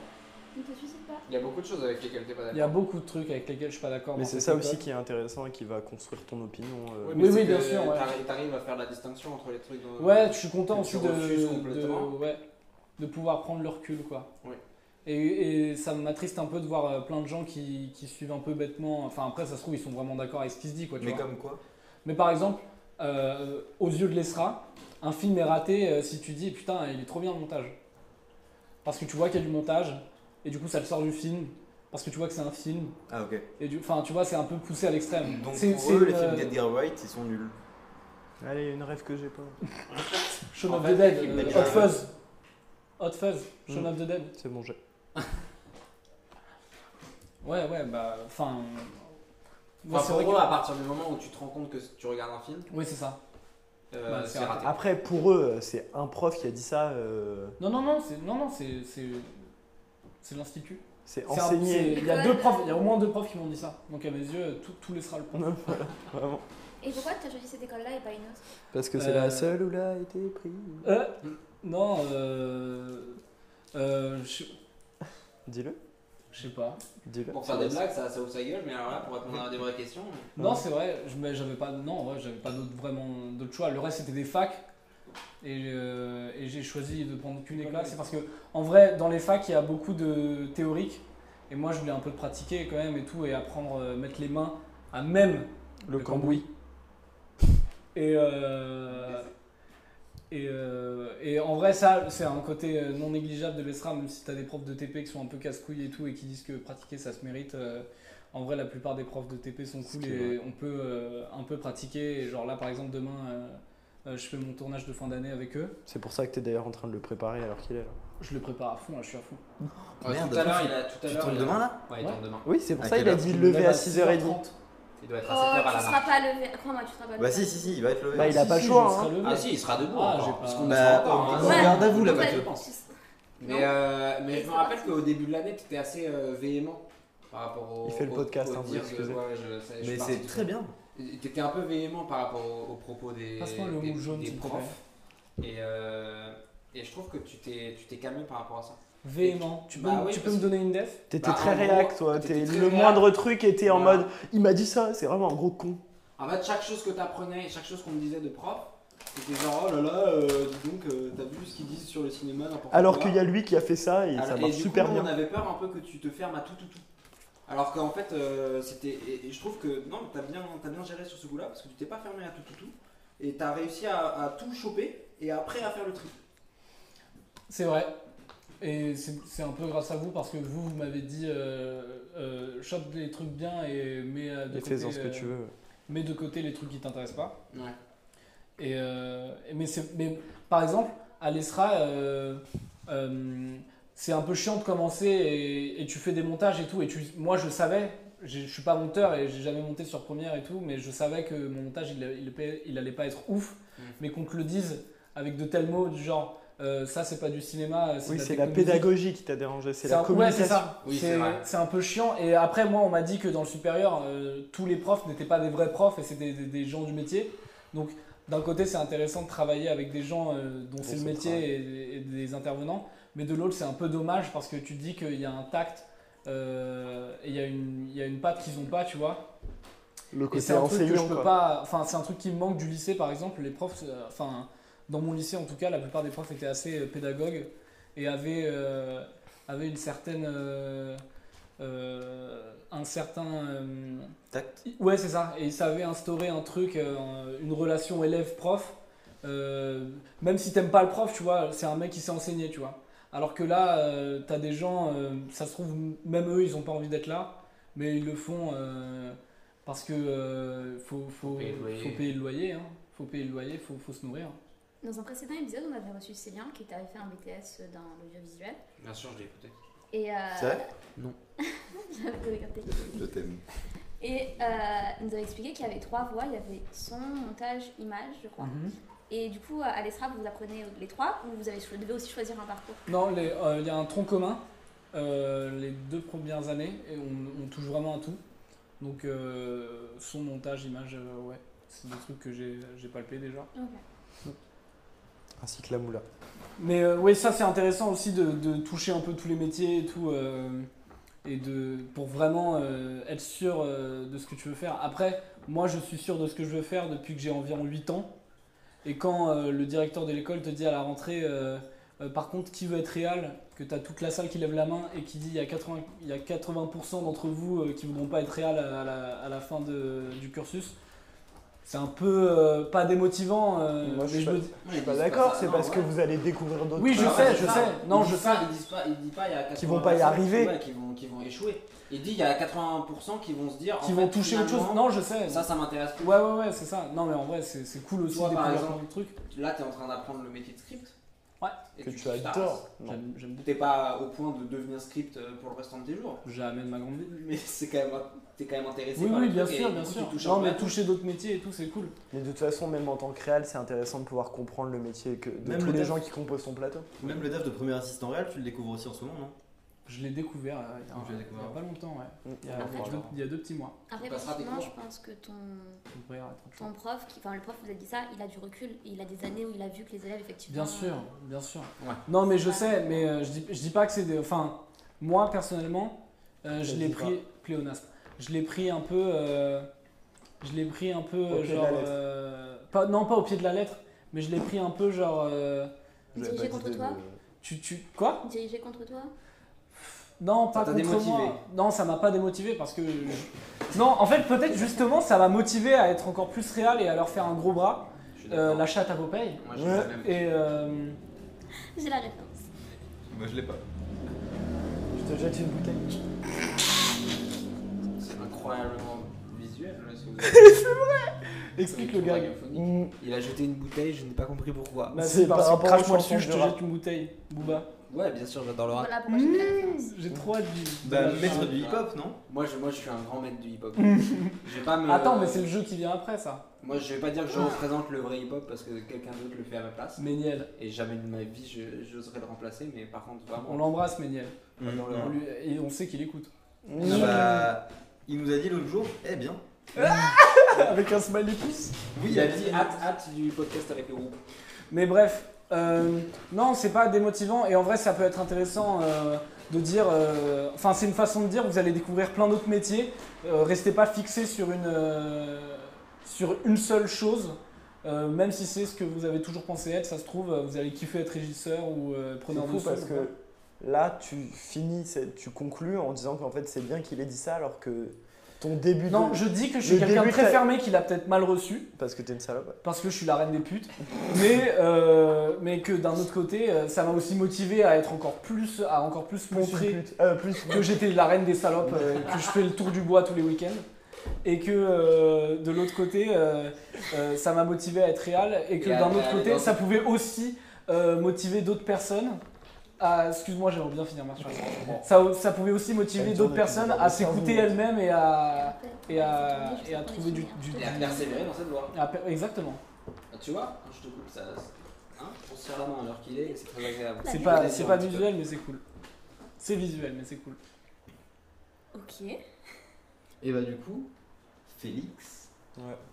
S10: Ne te suicide pas.
S9: Il y a beaucoup de choses avec lesquelles t'es pas
S5: il y a
S9: d'accord.
S5: beaucoup de trucs avec lesquels je suis pas d'accord
S11: Mais
S5: dans
S11: c'est
S5: cette
S11: ça aussi
S5: école.
S11: qui est intéressant et qui va construire ton opinion. euh.
S5: Oui, oui, bien sûr, ouais.
S9: T'arrives t'arrives à faire la distinction entre les trucs. dont-
S5: ouais je suis content
S9: que
S5: aussi
S9: tu
S5: de,
S9: refuses
S5: de,
S9: complètement.
S5: ouais, de pouvoir prendre le recul quoi
S9: Oui.
S5: et, et ça m'attriste un peu de voir euh, plein de gens qui, qui suivent un peu bêtement enfin après ça se trouve ils sont vraiment d'accord avec ce qui se dit quoi tu
S4: Mais
S5: vois.
S4: comme quoi
S5: Mais par exemple, euh, aux yeux de l'ESRA, un film est raté euh, si tu dis putain, il est trop bien le montage. Parce que tu vois qu'il y a du montage, et du coup ça le sort du film, parce que tu vois que c'est un film.
S4: Ah, ok.
S5: Et du... Enfin, tu vois, c'est un peu poussé à l'extrême.
S4: Donc
S5: C'est-
S4: pour
S5: c'est
S4: eux,
S5: une,
S4: les films
S5: euh,
S4: d'Edgar Wright, ils sont nuls.
S11: Allez, une rêve que j'ai pas.
S5: Shaun
S9: En
S5: of
S9: fait,
S5: the Dead,
S9: il
S5: euh,
S9: met
S5: Hot
S9: un-
S5: Fuzz. Hot Fuzz, Shaun
S11: Mm.
S5: of the Dead.
S11: C'est bon, j'ai.
S5: Ouais, ouais, bah, enfin. moi,
S9: Enfin,
S5: c'est
S9: pour
S5: vrai
S9: eux,
S5: que-
S9: à partir du moment où tu te rends compte que tu regardes un film,
S5: Oui, c'est ça.
S9: euh,
S5: Bah, c'est
S9: c'est raté.
S11: Après, pour eux, c'est un prof qui a dit ça. euh,
S5: Non, non, non, c'est. Non, non, c'est. c'est- C'est l'institut.
S11: C'est
S5: C'est un- c'est-
S11: enseigné.
S5: Il y a deux profs, il y a au moins deux profs qui m'ont dit ça. Donc à mes yeux, tout, tout laissera le
S11: Non, voilà, vraiment.
S10: Et pourquoi tu as choisi cette école-là et pas une autre
S11: Parce que c'est
S5: Euh,
S11: la seule où l'a été pris.
S5: Euh, non, euh, euh, je
S11: Dis-le,
S5: je sais pas.
S11: dis-le.
S9: Pour faire des blagues, ça, ça ouvre sa gueule, mais alors là, pour répondre à des vraies questions.
S4: Ah,
S5: Non, c'est vrai, je- mais j'avais pas, non, ouais, j'avais pas d'autre vraiment d'autre choix. Le reste c'était des facs et, euh, et j'ai choisi de prendre qu'une école. C'est parce que en vrai, dans les facs, il y a beaucoup de théorique et moi je voulais un peu pratiquer quand même et tout et apprendre, euh, mettre les mains à même
S11: Le
S5: cambouis. Et, euh, et, euh, et en vrai, ça, c'est un côté euh, non négligeable de l'ESRA, même si tu as des profs de TP qui sont un peu casse-couilles et tout, et qui disent que pratiquer, ça se mérite. euh, en vrai, la plupart des profs de TP sont cool
S11: qui est
S5: et on peut euh, un peu pratiquer. Et genre là, par exemple, demain, euh, euh, je fais mon tournage de fin d'année avec eux.
S11: C'est pour ça que t'es d'ailleurs en train de le préparer alors qu'il est là.
S5: Je le prépare à fond, là, je suis à fond.
S9: Ouais,
S4: Merde,
S9: tout à l'heure, il a tout à
S4: Tu
S9: l'heure,
S4: tournes
S9: il a-
S4: demain là
S9: Ouais, il
S5: Ouais.
S9: tourne demain.
S11: Oui, c'est pour
S4: À
S11: ça il
S4: quelle
S11: a
S4: heure
S11: dit
S4: tu
S11: lever
S5: lèves
S11: à
S5: à
S11: 6h30.
S5: 6h30.
S9: Il doit être à 7h
S5: Ah,
S10: Oh,
S9: à
S10: tu
S9: la
S10: seras
S9: fin.
S10: pas levé. Crois-moi, tu seras pas levé.
S4: Bah, si, si, si, il va être levé.
S11: Bah, il a
S5: Si,
S11: pas
S5: si,
S11: le choix,
S5: je serai
S11: hein.
S5: levé.
S9: Ah si, il sera debout.
S5: Ah,
S9: encore,
S5: j'ai
S9: parce
S5: pas-
S9: qu'on
S4: Bah,
S9: est encore.
S4: on
S9: hein.
S4: se regarde à vous, là,
S9: Ouais.
S4: parce que-
S10: Non.
S9: Mais, euh, mais je me
S10: c'est
S9: rappelle
S10: parti.
S9: qu'au début de l'année, tu étais assez euh, véhément par rapport au.
S11: Il fait le
S9: au-
S11: podcast,
S9: au
S11: hein, vous
S9: dire de-
S11: excusez.
S9: ouais, je- ça- je suis
S4: Mais
S9: parti
S4: c'est
S9: dessus.
S4: très bien.
S9: Tu étais un peu véhément par rapport aux, aux propos des,
S5: Passe-moi le
S9: des-
S5: mot jaune,
S9: des
S5: s'il te
S9: profs. Et, euh, et je trouve que tu t'es tu t'es calmé par rapport à ça.
S5: Véhément. Tu peux,
S9: Bah oui,
S5: tu peux
S9: parce
S5: me donner une def
S11: T'étais
S9: Bah,
S11: très
S9: en gros,
S11: réac, toi.
S9: t'étais
S11: T'es
S9: très
S11: le
S9: réac.
S11: moindre truc était en
S9: Voilà.
S11: mode il m'a dit ça, c'est vraiment un gros con.
S9: euh, En fait, chaque chose que tu apprenais et chaque chose qu'on me disait de prof, c'était genre oh là là, euh, dis donc, euh, t'as vu ce qu'ils disent sur le cinéma n'importe
S11: Alors
S9: quoi.
S11: qu'il y a lui qui a fait ça et
S9: Alors-
S11: ça marche
S9: du coup,
S11: super
S9: nous,
S11: bien.
S9: On avait peur un peu que tu te fermes à tout, tout, tout. Alors qu'en fait, euh, c'était. Et, et je trouve que non, mais t'as bien, t'as bien géré sur ce coup-là parce que tu t'es pas fermé à tout, tout, tout. Et t'as réussi à, à tout choper
S12: et après à faire le tri.
S5: C'est vrai. Et c'est c'est un peu grâce à vous parce que vous, vous m'avez dit euh, euh, chope des trucs bien et mets euh, de
S11: Et
S5: côté.
S11: fais-en ce que tu veux, ouais.
S5: Mets de côté les trucs qui t'intéressent pas.
S12: Ouais.
S5: Et, euh, et- mais, c'est- mais par exemple, à l'ESRA, euh, euh, c'est un peu chiant de commencer et, et tu fais des montages et tout. Et tu, moi, je savais, j'ai- je suis pas monteur et j'ai jamais monté sur première et tout, mais je savais que mon montage, il, il, il allait pas être ouf,
S12: Mm.
S5: mais qu'on te le dise avec de tels mots du genre. euh, ça, c'est pas du cinéma.
S11: Oui,
S5: de
S11: c'est la
S5: technomusique.
S11: pédagogie qui t'a dérangé, c'est la
S5: un- ouais, c'est
S11: communication.
S5: ça. C'est- c'est un peu chiant. Et après, moi, on m'a dit que dans le supérieur, euh, tous les profs n'étaient pas des vrais profs et c'était des, des gens du métier. Donc, d'un côté, c'est intéressant de travailler avec des gens euh, dont c'est le
S11: c'est le
S5: métier et, et des intervenants. Mais de l'autre, c'est un peu dommage parce que tu dis qu'il y a un tact euh, et il y, a une- il y a une patte qu'ils n'ont pas, tu vois.
S11: Le
S5: Et
S11: côté
S5: c'est un truc que je
S11: enseignant,
S5: peux
S11: quoi.
S5: pas. Enfin, c'est un truc qui me manque du lycée, par exemple. Les profs, euh, enfin, dans mon lycée en tout cas, la plupart des profs étaient assez euh, pédagogues et avaient, euh, avaient une certaine, euh, euh, un certain euh,
S4: tact.
S5: Ouais, c'est ça. Et ils savaient instaurer un truc, euh, une relation élève-prof. Euh, même si t'aimes pas le prof, tu vois, c'est un mec qui sait enseigner, tu vois. Alors que là, euh, t'as des gens, euh, ça se trouve, même eux, ils ont pas envie d'être là, mais ils le font euh, parce que euh, faut, faut, faut
S9: payer le loyer.
S5: payer le loyer, hein. faut payer le loyer, faut, faut se nourrir.
S10: Dans un précédent épisode, on avait reçu Célien qui avait fait un BTS dans l'audiovisuel.
S9: Bien sûr, je l'ai écouté.
S10: Et euh,
S9: C'est vrai
S4: Non.
S10: J'avais regardé.
S4: Je t'aime.
S10: Et euh, il nous avait expliqué qu'il y avait trois voies. Il y avait son, montage, image, je crois.
S5: Mhm.
S10: Et du coup, à l'ESRA, vous apprenez les trois ou vous, avez, vous devez aussi choisir un parcours
S5: Non, les- euh, il y a un tronc commun euh, les deux premières années et on, on touche vraiment à tout. Donc euh, son montage, image, euh, ouais, c'est des trucs que j'ai j'ai palpé déjà.
S11: Ainsi Ah, que la moula.
S5: Mais euh, oui, ça c'est intéressant aussi de, de toucher un peu tous les métiers et tout, euh, et de, pour vraiment euh, être sûr euh, de ce que tu veux faire. Après, moi je suis sûr de ce que je veux faire depuis que j'ai environ 8 ans. Et quand euh, le directeur de l'école te dit à la rentrée, euh, euh, par contre, qui veut être réal Que tu as toute la salle qui lève la main et qui dit il y a 80%, il y a 80% d'entre vous euh, qui voudront pas être réal à, la, à la fin de- du cursus. C'est un peu euh, pas démotivant. euh,
S11: Moi, je suis
S5: mais je
S11: pas,
S5: me
S11: je
S5: dis-
S11: suis pas Bah, d'accord, c'est parce que vous Ah, allez découvrir d'autres
S5: Oui, je
S11: trucs.
S5: sais, je sais. Non, je sais.
S9: Ils disent pas, ils disent pas, il y a 80%
S11: Qui vont pas y arriver.
S9: ouais, qui, vont, qui vont échouer. Il dit, il y a 80% qui vont se dire.
S5: qui
S9: en
S5: vont
S9: fait,
S5: toucher autre chose.
S9: finalement,
S5: Non, je sais.
S9: Ça, ça m'intéresse plus.
S5: Ouais, ouais, ouais, c'est ça. Non, mais en vrai, c'est c'est cool aussi
S9: Toi, par
S5: découvrir
S9: exemple,
S5: plein de trucs.
S9: Là, t'es en train d'apprendre le métier de script.
S5: Ouais.
S9: Et
S5: Que
S9: tu
S5: tu
S9: kiffes ta
S5: adores.
S9: race.
S5: Non. J'aime- j'aime
S9: T'es pas au point de devenir script euh, pour le restant de tes jours.
S5: J'amène ma grande vie.
S9: Mais c'est quand même, t'es quand même intéressé
S5: Oui,
S9: par
S5: oui,
S9: le
S5: bien
S9: truc et
S5: sûr,
S9: du
S5: bien
S9: coup, tu
S5: sûr.
S9: touches un
S5: Non,
S9: peu à
S5: mais
S9: tout.
S5: toucher d'autres métiers et tout, c'est cool.
S11: Mais de toute façon, même en tant que réal, c'est intéressant de pouvoir comprendre le métier que de
S4: Même
S11: tous
S4: le
S11: les
S4: taf.
S11: gens qui composent son plateau.
S4: Même le DAF de premier assistant réel, tu le découvres aussi en ce moment, non
S5: Je l'ai découvert euh, il y a,
S4: Tu l'as découvert.
S5: il y a pas longtemps, ouais. Il y a,
S4: Après,
S5: il y a
S4: tu-
S5: deux, il y a deux petits mois.
S10: Après, effectivement, je pense que ton, ton prof, qui, enfin, le prof vous a dit ça, il a du recul, il a des années où il a vu que les élèves, effectivement. euh,
S5: Bien sûr, bien sûr. Non, mais je sais, mais euh, je, dis, je dis pas que c'est des. Enfin, moi personnellement, euh, je
S11: Le
S5: l'ai
S11: dis
S5: pris. Pléonasme. Je l'ai pris un peu. euh, je l'ai pris un peu.
S11: Au pied de
S5: genre.
S11: la lettre.
S5: euh, pas, non, pas au pied de la lettre, mais je l'ai pris un peu genre. euh,
S10: J'avais Dirigé pas d'idée contre toi de-
S5: Tu, tu, quoi
S10: Dirigé contre toi
S5: Non,
S10: Ça
S5: pas
S10: t'a
S5: contre
S10: démotivé.
S5: moi. Non, ça m'a pas démotivé parce que. je- Non, en fait, peut-être justement, ça m'a motivé à être encore plus réel et à leur faire un gros bras. Euh, la chatte à Popeye.
S9: Moi, je fais la
S5: Ouais.
S9: même.
S5: Et. euh,
S10: J'ai la référence.
S4: Moi je l'ai pas.
S11: Je te jette une bouteille.
S9: C'est incroyablement visuel. là, ce que vous avez-
S5: c'est vrai Explique le gag.
S9: Il a jeté une bouteille, je n'ai pas compris pourquoi.
S5: Bah, c'est parce que crache-moi dessus, je te jette une bouteille. Booba.
S9: Ouais, bien sûr, j'adore le rap.
S10: Voilà pourquoi j'ai fait la référence.
S5: J'ai trop hâte du.
S9: Bah,
S5: de-
S9: maître du
S4: hip-hop, non
S9: Moi je, moi, je suis un grand maître du hip-hop. Je vais pas me-
S5: Attends, mais c'est Ah. le jeu qui vient après ça.
S9: Moi, je vais pas dire que je représente le vrai hip-hop parce que quelqu'un d'autre le fait à ma place.
S5: Méniel.
S9: Et jamais de ma vie, je- j'oserais le remplacer, mais par contre, vraiment.
S5: On l'embrasse, Méniel.
S9: Mmh.
S5: On lui- Et on sait qu'il écoute.
S4: Ah bah, il nous a dit l'autre jour, eh bien.
S5: Avec un smiley pouce
S9: Oui, il a dit hâte, hâte du podcast avec le groupe.
S5: Mais bref, euh, non, c'est pas démotivant. Et en vrai, ça peut être intéressant euh, de dire. euh, Enfin, c'est une façon de dire vous allez découvrir plein d'autres métiers. Euh, restez pas fixé sur une, euh, sur une seule chose. Euh, même si c'est ce que vous avez toujours pensé être, ça se trouve, euh, vous allez kiffer être régisseur ou euh,
S11: C'est
S5: preneur de
S11: fou
S5: son,
S11: parce
S5: ou
S11: que là, tu finis, c'est- tu conclus en disant qu'en fait, c'est bien qu'il ait dit ça alors que ton début
S5: Non,
S11: de-
S5: je dis que je suis
S11: le
S5: quelqu'un de
S11: début
S5: très
S11: ta-
S5: fermé qui l'a peut-être mal reçu.
S11: Parce que t'es une salope. ouais.
S5: parce que je suis la reine des putes, mais, euh, mais que d'un autre côté, euh, ça m'a aussi motivé à être encore plus, à encore plus,
S11: une
S5: montrer
S11: pute, euh, plus-
S5: que j'étais la reine des salopes, euh, que je fais le tour du bois tous les week-ends, et que euh, de l'autre côté, euh, euh, ça m'a motivé à être réel, et que
S9: Et à-
S5: d'un autre
S9: à-
S5: côté,
S9: dans-
S5: ça pouvait aussi euh, motiver d'autres personnes. à- Excuse-moi, j'aimerais bien finir ma phrase. Ça, ça pouvait aussi motiver
S9: Elle
S5: d'autres
S9: tourne
S5: personnes
S9: autour de
S5: à
S9: cinq
S5: s'écouter
S9: minutes.
S5: elles-mêmes et à, et à, et à trouver du, du,
S9: Et à persévérer dans cette voie.
S5: à per- Exactement.
S9: Ah, tu vois, quand je te coupe, ça. c'est- Hein on se serre la main alors qu'il est, c'est très agréable.
S5: C'est pas, c'est pas
S9: Un petit peu.
S5: visuel, mais c'est cool. C'est visuel, mais c'est cool.
S10: Ok.
S4: Et bah du coup, Félix,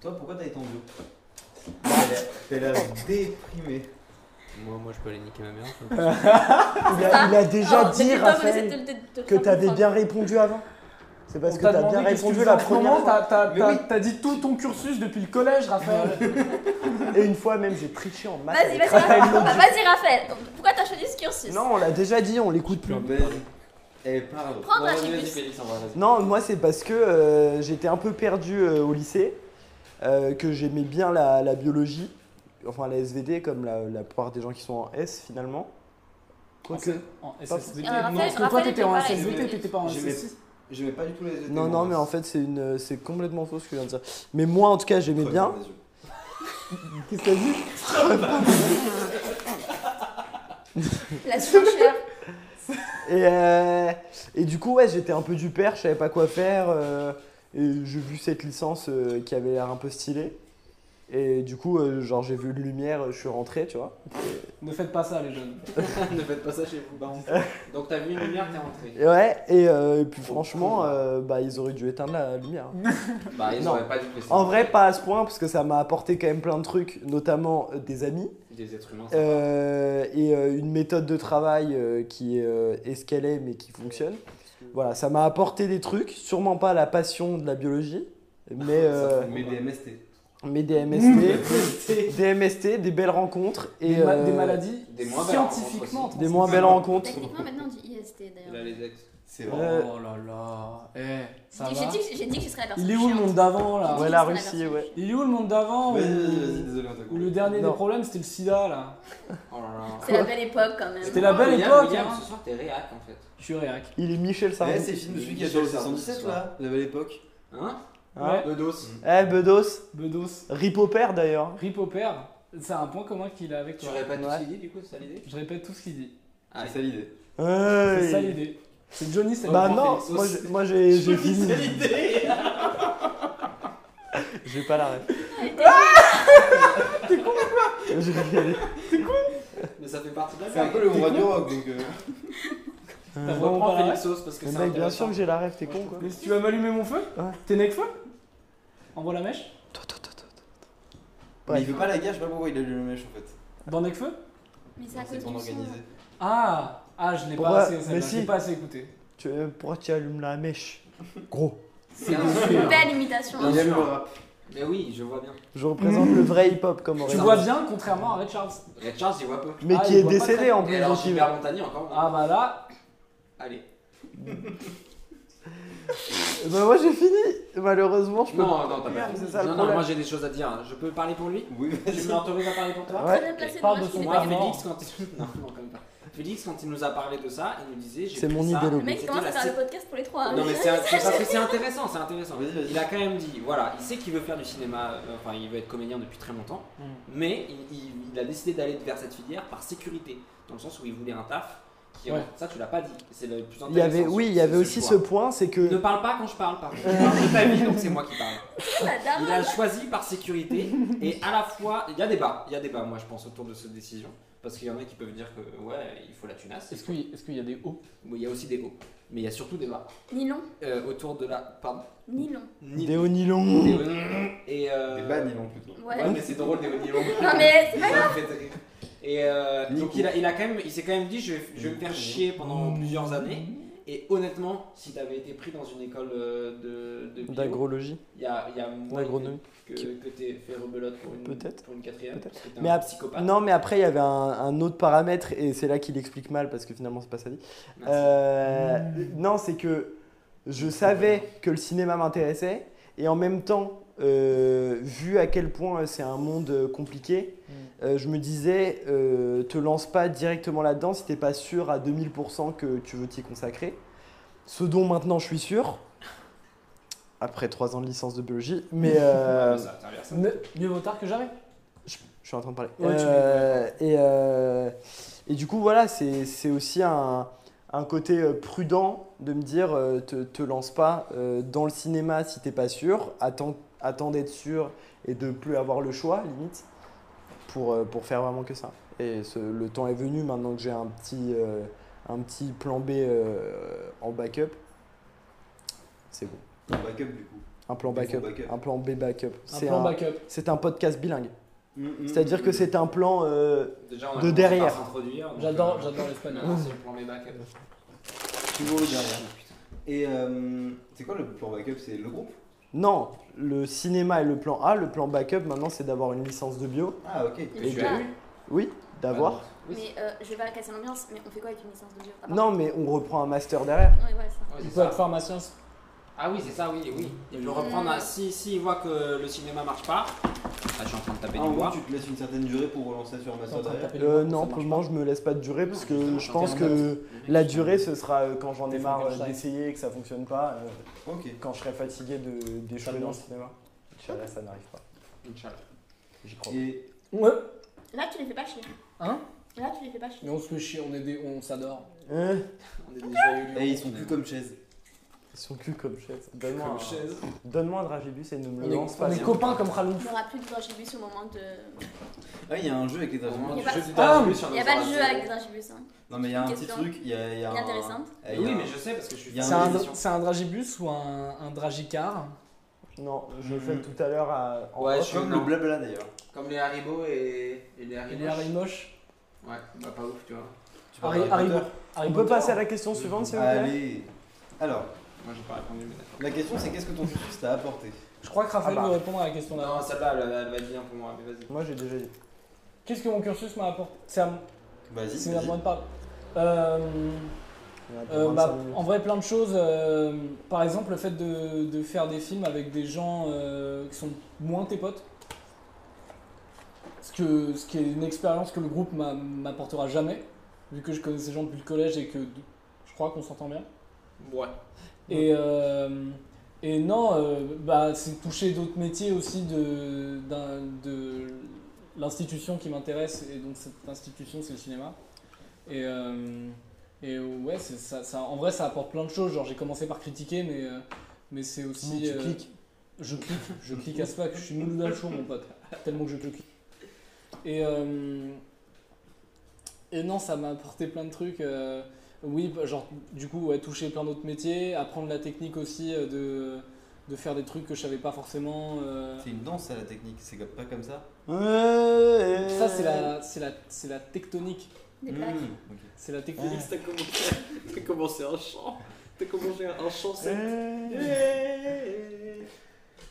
S4: toi pourquoi t'as été en bio
S11: Bah.
S4: T'as l'air déprimé.
S9: Moi, moi, je peux aller niquer ma mère.
S11: il, a, il a déjà
S10: Oh,
S11: dit,
S10: t'inquiète pas, mais
S11: Raphaël,
S10: j'essaie de le- de- de le
S11: que
S10: faire
S11: t'avais
S10: comprendre.
S11: bien répondu avant. C'est parce
S5: On
S11: que
S5: t'a
S11: t'as
S5: demandé
S11: bien
S5: qu'est-ce que
S11: répondu
S5: tu faisais
S11: la
S5: en ce
S11: première
S5: moment,
S11: fois.
S5: t'as- t'as- t'as- T'as dit tout ton cursus depuis le collège, Raphaël.
S11: Et une fois même, j'ai triché en maths.
S10: Vas-y,
S11: avec
S10: vas-y,
S11: Raphaël
S10: Raphaël.
S11: Lodge.
S10: Bah, Vas-y, Raphaël. Pourquoi t'as choisi ce cursus
S11: Non, on l'a déjà dit, on l'écoute plus.
S4: Elle parle.
S10: Prends ta
S4: Non,
S10: chibus.
S4: vas-y, Félix, en vrai, vas-y.
S11: Non, moi c'est parce que euh, j'étais un peu perdu euh, au lycée, euh, que j'aimais bien la, la biologie, enfin la SVD comme la, la plupart des gens qui sont en S finalement. Quoique.
S5: En
S11: Pas-
S5: SSVT. Non,
S10: Ah, Raphaël-
S5: parce que toi
S10: Raphaël
S5: t'étais en
S10: était pareil.
S5: SSVT, t'étais pas en
S4: J'aimais-
S5: SSI.
S4: J'aimais pas du tout les études.
S11: Non, non, mais en fait c'est une, euh, c'est complètement faux ce que je viens de dire. Mais moi en tout cas j'aimais bien.
S4: Eh,
S11: Qu'est-ce que t'as dit
S10: La surenchère.
S11: Et, euh, et du coup, ouais, j'étais un peu du père, je savais pas quoi faire. euh, et j'ai vu cette licence euh, qui avait l'air un peu stylée. Et du coup, euh, genre, j'ai vu une lumière, je suis rentré, tu vois.
S5: Ne faites pas ça, les jeunes.
S9: ne faites pas ça chez vous, baron. Donc, t'as vu une lumière, t'es rentré.
S11: Et ouais, et, euh, et puis franchement, euh, bah, ils auraient dû éteindre la lumière. hein.
S9: Bah, ils
S11: Non.
S9: auraient pas dû laisser.
S11: En vrai, pas à ce point, parce que ça m'a apporté quand même plein de trucs, notamment euh, des amis.
S9: Des êtres humains.
S11: Euh, et euh, une méthode de travail euh, qui est euh, escalée mais qui fonctionne. Voilà, ça m'a apporté des trucs, sûrement pas la passion de la biologie, mais, euh,
S4: Mais des MST.
S11: mais des MST, des MST, des belles rencontres et
S5: Des ma-
S11: euh,
S5: des maladies
S9: Des moins belles
S5: scientifiquement.
S11: des moins belles rencontres.
S10: Techniquement, maintenant, on dit IST
S9: Il a
S10: d'ailleurs.
S9: les ex.
S4: C'est
S11: vrai.
S5: transmises. Oh là là. Eh, ça
S10: J'ai
S5: va.
S10: dit, que- j'ai dit que je serais la personne.
S5: Il est où le
S10: chiante.
S5: monde d'avant là
S11: Ouais, la Russie, ouais.
S5: Il est où le monde d'avant où-
S4: Vas-y, vas-y, vas-y,
S9: euh,
S4: désolé, on t'a
S5: où
S4: coupé.
S5: le dernier
S11: Non.
S5: des problèmes c'était le sida là
S9: Oh là là. Oh,
S10: C'est la belle époque quand même.
S5: C'était la belle
S9: William,
S5: époque
S9: William,
S5: hein.
S9: ce soir, t'es réac en fait.
S5: Je suis réac.
S11: Il est Michel
S4: Eh,
S11: Sardou.
S4: c'est le film de celui qui a
S9: Michel
S4: fait le
S9: Sardou,
S4: 117
S9: ce soir.
S4: là, la belle époque.
S9: Hein
S11: Hein
S5: Ouais.
S9: dos.
S11: Eh Bedos,
S5: Bedos.
S11: rip au père d'ailleurs.
S5: Rip au père. C'est un point commun qu'il a avec
S9: Tu
S5: toi.
S9: aurais pas
S11: Ouais.
S9: tout dit du coup, c'est ça l'idée
S5: Je répète tout ce qu'il dit.
S9: Ah,
S4: C'est ça l'idée.
S11: Hey.
S5: C'est ça l'idée. C'est Johnny, c'est
S11: Bah
S5: le point
S11: non,
S5: Félix.
S11: moi, j'ai- moi j'ai j'ai fini. J'ai pas la ref. J'ai rigolé.
S9: Mais ça fait partie de la
S4: C'est un
S9: blague.
S4: peu le roi du rock donc. euh,
S5: T'as
S11: Bon,
S5: vraiment pas la ref
S9: Sauce parce que
S11: Euh, Mais
S9: c'est
S11: mec, bien sûr
S9: intéressant.
S11: que j'ai la ref, t'es con quoi.
S5: Mais si tu vas m'allumer mon feu
S11: Ouais.
S5: T'es nec feu Envoie la mèche
S4: Mais il veut pas la guerre, je sais pas pourquoi il a lu le mèche en fait.
S5: Dans nec feu
S10: Mais c'est à
S4: C'est
S10: cause
S4: pour
S10: du son.
S4: organiser.
S5: Ah Ah, je l'ai
S11: Pourquoi
S5: pas assez,
S11: Mais
S5: celle-là, je
S11: si.
S5: l'ai pas assez écouté.
S11: Tu, euh, pourquoi tu allumes la mèche Gros.
S9: C'est
S10: Une
S9: un-
S10: belle imitation. hein.
S4: Il aime le rap.
S9: Mais oui, je vois bien.
S11: Je représente le vrai hip-hop comme on
S5: Tu vois bien, contrairement à Red Charles.
S9: Red Charles, il voit peu.
S11: Mais
S5: Ah,
S11: qui
S5: il
S11: est
S5: voit pas très-
S11: décédé en
S9: Et
S11: plus.
S9: alors,
S11: donc il-
S9: Gilbert Montagny encore non
S5: Ah bah là,
S9: Allez.
S11: Bah moi j'ai fini. Malheureusement, je peux
S9: Non, non, t'as pas
S11: Merde,
S9: fini.
S11: c'est ça le
S9: Non, non,
S11: problème.
S9: moi j'ai des choses à dire. hein. Je peux parler pour lui
S4: Oui,
S9: Tu
S4: vas-y.
S9: m'autorises à parler pour toi
S11: Ouais.
S10: Très bien placé,
S5: Parle
S10: dommage
S5: de
S10: qu'il
S5: son
S10: ait
S9: Moi,
S10: pas
S5: art.
S10: gagné.
S9: Félix, quand il... Non, non, quand même pas. Félix, quand il nous a parlé de ça, il nous disait... j'ai
S11: C'est
S9: pris
S11: mon
S9: ça,
S11: idéologie.
S10: Le mec
S9: c'était
S10: commence à
S9: la
S10: faire le podcast pour les trois. hein.
S9: Non mais c'est c'est parce que c'est intéressant, c'est intéressant.
S4: Vas-y, vas-y.
S9: Il a quand même dit, voilà, il sait qu'il veut faire du cinéma, euh, enfin il veut être comédien depuis très longtemps,
S5: Mm.
S9: mais il, il- il a décidé d'aller vers cette filière par sécurité, dans le sens où il voulait un taf. Qui,
S5: Ouais.
S9: Ça tu l'as pas dit, c'est le plus intéressant.
S11: Il y avait, oui, il y
S9: sur
S11: avait aussi ce
S9: choix.
S11: point, c'est
S9: Ne
S11: que
S9: parle pas quand je parle, par contre. Parle de ta vie, donc c'est moi qui parle.
S10: Oh, La daronne.
S9: Il a choisi par sécurité et à la fois, il y a débat, il y a débat, moi je pense autour de cette décision, parce qu'il y en a qui peuvent dire que ouais, il faut la tunasse.
S5: est-ce qu'il est-ce qu'il y a des hauts
S9: Bon, il y a aussi des hauts, mais il y a surtout des bas
S10: Nylon.
S9: Euh, autour de la, pardon,
S10: Nylon.
S9: ni
S11: Déo Nylon.
S9: et euh...
S4: Des bannes, ils l'ont plutôt.
S10: Ouais.
S9: Ouais, mais c'est drôle des Onilons.
S10: Non mais c'est pas
S9: Ça me fait très rire. Et euh, donc
S4: Nico.
S9: il a, il a quand même, il s'est quand même dit, je vais, je vais me faire chier pendant plusieurs années. Et honnêtement, si t'avais été pris dans une école euh, de, de bio,
S11: D'agrologie,
S9: il y a, il y a moins
S11: d'agronomie.
S9: que, que t'aies fait rebelote pour une,
S11: Peut-être.
S9: pour une quatrième,
S11: Peut-être.
S9: parce que t'es
S11: Mais
S9: un
S11: à-
S9: psychopathe.
S11: Non, mais après, il y avait un, un autre euh, paramètre, et c'est là qu'il explique mal parce que finalement, c'est pas sa vie.
S9: Merci.
S11: Euh, Non, c'est que je savais que le cinéma m'intéressait et en même temps, euh, vu à quel point c'est un monde compliqué, euh, je me disais, euh, te lance pas directement là-dedans si t'es pas sûr à 2000% que tu veux t'y consacrer. Ce dont maintenant je suis sûr, après trois ans de licence de biologie, mais. euh,
S5: Ouais, mais ça va servir, ça. Ne- mieux vaut tard que jamais.
S11: Je, je suis en train de parler.
S5: Ouais, tu
S11: Euh, et, euh, et du coup, voilà, c'est c'est aussi un, un côté euh, prudent de me dire euh, te, te lance pas euh, dans le cinéma si t'es pas sûr. Attends, attends d'être sûr et de plus avoir le choix, limite, pour, euh, pour faire vraiment que ça. Et ce- le temps est venu maintenant que j'ai un, petit euh, un petit plan B euh, en backup. C'est bon.
S4: Un backup du coup.
S11: Un plan
S4: Des
S11: backup,
S4: fonds backup.
S11: un plan B backup. C'est
S5: plan backup.
S11: C'est un podcast bilingue.
S5: Mm, mm,
S11: C'est-à-dire
S5: mm,
S11: que
S5: mm.
S11: c'est un plan euh,
S9: Déjà, on a
S11: de
S9: commencé
S11: derrière.
S9: par s'introduire, donc,
S5: J'adore-
S9: euh,
S5: j'adore l'espagnol.
S9: maintenant, C'est le plan B backup.
S4: Toujours le derrière. Et euh, c'est quoi le plan backup C'est le groupe
S11: Non, le cinéma est le plan A. Le plan backup maintenant, c'est d'avoir une licence de bio.
S4: Ah ok.
S10: Mais tu l'as eu
S11: Oui, d'avoir.
S10: Mais euh, je vais pas casser l'ambiance, mais on fait quoi avec une licence de bio
S5: Ah
S10: À part-
S11: Non, mais on reprend un master derrière.
S10: Ouais, ouais, ça.
S5: Il peut être pharmacien. c'est-
S9: Ah oui, c'est ça, oui, oui. Il le reprendre à- Si, si il voit que le cinéma marche pas, ah, je suis en train de
S4: Ah,
S9: taper du
S4: en gros,
S9: bois.
S4: tu te laisses une certaine durée pour relancer sur un master derrière.
S11: Euh, non, pour le moment, je me laisse pas de durée parce que je pense que la durée, ce sera euh, quand j'en ai marre euh, d'essayer et que ça fonctionne pas. euh, Quand je serai fatigué de d'échouer dans le cinéma. Inch'Allah, ça n'arrive pas.
S9: Inch'Allah.
S11: J'y crois.
S5: Ouais.
S10: Là, tu les fais pas chier.
S5: Hein
S10: Là, tu les fais pas chier.
S5: Mais on se fait chier, on est des, on s'adore.
S11: Hein
S5: on est des
S4: Et
S5: joyeux
S4: Eh, ils sont plus comme chaise.
S11: Ils sont plus comme chaise. Donne-moi
S5: Comme
S11: un,
S5: chaise.
S11: donne un dragibus et ne me
S5: On
S11: Bah le
S5: est-
S11: lance pas.
S5: on est
S11: s'il te
S5: copains
S11: plaît.
S5: comme Ralouf.
S10: Il y aura plus de dragibus au moment de.
S4: Ah, il y a un jeu avec les dragibus.
S10: Il y a
S4: Je
S10: pas,
S4: fais du dragibus sur
S10: Il y a
S4: notre
S10: pas de
S4: radio.
S10: jeu avec dragibus. Hein.
S4: Non, mais il y a un
S10: Une
S4: petit
S10: question
S4: truc. Il y a, il y a un- eh,
S10: Inintéressante.
S4: il y a
S9: Eh Oui,
S4: un-
S9: mais je sais parce que je suis
S4: il y a
S5: C'est un,
S4: un-
S5: c'est un dragibus ou un, un dragicar
S11: Non, je le
S5: Mm.
S11: fais tout à l'heure à. en
S9: Ouais,
S11: off.
S9: je- Comme le non.
S4: blabla d'ailleurs.
S9: Comme les Haribo et, et les Haribo.
S5: Il est Harimoche.
S9: Ouais, bah pas ouf, tu vois.
S4: parles Harry-
S11: Harry-
S4: Potter
S11: On peut passer à la question suivante, s'il vous plaît
S4: Allez. Alors,
S9: Moi j'ai pas répondu, mais d'accord.
S4: la question c'est qu'est-ce que ton cursus t'a apporté
S5: Je crois que Raphaël
S11: Ah bah.
S5: veut répondre à la question d'avant.
S9: Non, celle-là, elle, elle va être bien pour moi, mais vas-y.
S11: Moi, j'ai déjà dit.
S5: Qu'est-ce que mon cursus m'a apporté C'est à, m-
S4: Vas-y,
S5: c'est à
S4: vas-y.
S5: moi de parler. Euh,
S11: On a
S5: euh,
S11: 25
S5: bah,
S11: minutes.
S5: en vrai, plein de choses. euh, par exemple, le fait de, de faire des films avec des gens euh, qui sont moins tes potes. Ce, que, ce qui est une expérience que le groupe m'a- m'apportera jamais, vu que je connais ces gens depuis le collège et que je crois qu'on s'entend bien.
S9: Ouais.
S5: Et, euh, et non, euh, bah, c'est toucher d'autres métiers aussi de, d'un- de l'institution qui m'intéresse. Et donc, cette institution, c'est le cinéma. Et, euh, et ouais, c'est ça, ça- en vrai, ça apporte plein de choses. Genre, j'ai commencé par critiquer, mais, euh, mais c'est aussi.
S11: Mais tu
S5: euh,
S11: cliques.
S5: Je clique, je clique à ce pack. Je suis Mouloud Al Chaud, mon pote. Tellement que je clique. Et. euh, et non, ça m'a apporté plein de trucs. euh, oui, bah, genre, du coup, ouais, toucher plein d'autres métiers, apprendre la technique aussi euh, de, de faire des trucs que je savais pas forcément. euh.
S4: C'est une danse à la technique, c'est comme- pas comme ça
S5: Ça, c'est la, c'est la, c'est la tectonique.
S10: Des
S4: Mmh,
S10: plaques.
S4: ok.
S5: C'est la tectonique.
S12: T'as commencé, t'as commencé un chant. T'as commencé un chant sept. Eh.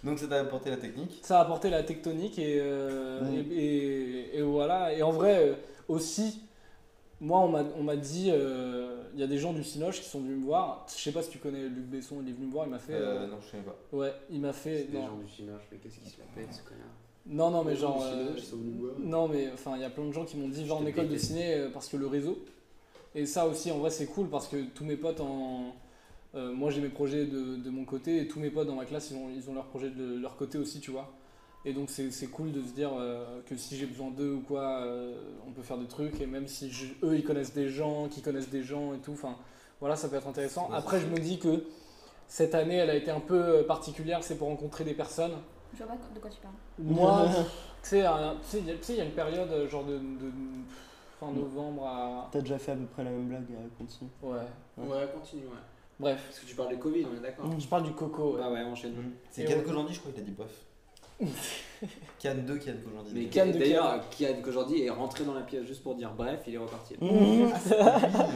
S4: Donc ça t'a apporté la technique
S5: Ça a apporté la tectonique et, euh, et, et- et voilà. Et en vrai, euh, aussi, moi, on m'a- on m'a dit, euh, il y a des gens du Cinoche qui sont venus me voir. Je sais pas si tu connais Luc Besson, il est venu me voir, il m'a fait.
S4: Euh,
S5: euh,
S4: non, je sais pas.
S5: Ouais, il m'a fait.
S9: Des
S5: non.
S9: gens du Chinoche, mais qu'est-ce qu'ils se la pètent, ce connard
S5: Non, non, mais
S9: Les
S5: genre.
S9: gens du
S5: euh,
S9: cinéma, ils sont venus me voir.
S5: non, mais enfin, il y a plein de gens qui m'ont dit, va en
S9: Je te
S5: école de
S9: déteste.
S5: ciné euh, parce que le réseau. Et ça aussi, en vrai, c'est cool parce que tous mes potes en. euh, moi, j'ai mes projets de, de mon côté et tous mes potes dans ma classe, ils ont, ils ont leurs projets de leur côté aussi, tu vois. Et donc, c'est c'est cool de se dire euh, que si j'ai besoin d'eux ou quoi, euh, on peut faire des trucs. Et même si je- eux, ils connaissent des gens, qui connaissent des gens et tout, enfin, voilà, ça peut être intéressant. Après, je me dis que cette année, elle a été un peu euh, particulière, c'est pour rencontrer des personnes.
S10: Je vois pas de quoi tu parles.
S5: Moi, tu sais, un- tu sais, il y a- tu sais, il y a une période euh, genre de, de fin
S4: Mm.
S5: novembre à.
S11: T'as déjà fait à peu près la même blague, euh, continue.
S5: Ouais.
S9: Ouais, continue, ouais.
S5: Bref.
S9: Parce que tu parles de Covid, on est d'accord.
S5: Je parle du coco. ouais.
S9: Bah ouais,
S11: Mhm.
S9: enchaîne.
S4: C'est
S5: Et
S4: Can
S5: on-
S4: Kojandi, je crois qu'il a dit bof. Can 2, Can Kojandi.
S9: Mais
S5: Kian de
S9: d'ailleurs, Kian qu'aujourd'hui est rentré dans la pièce juste pour dire bref, il est reparti.
S5: Mmh.
S9: Ouais,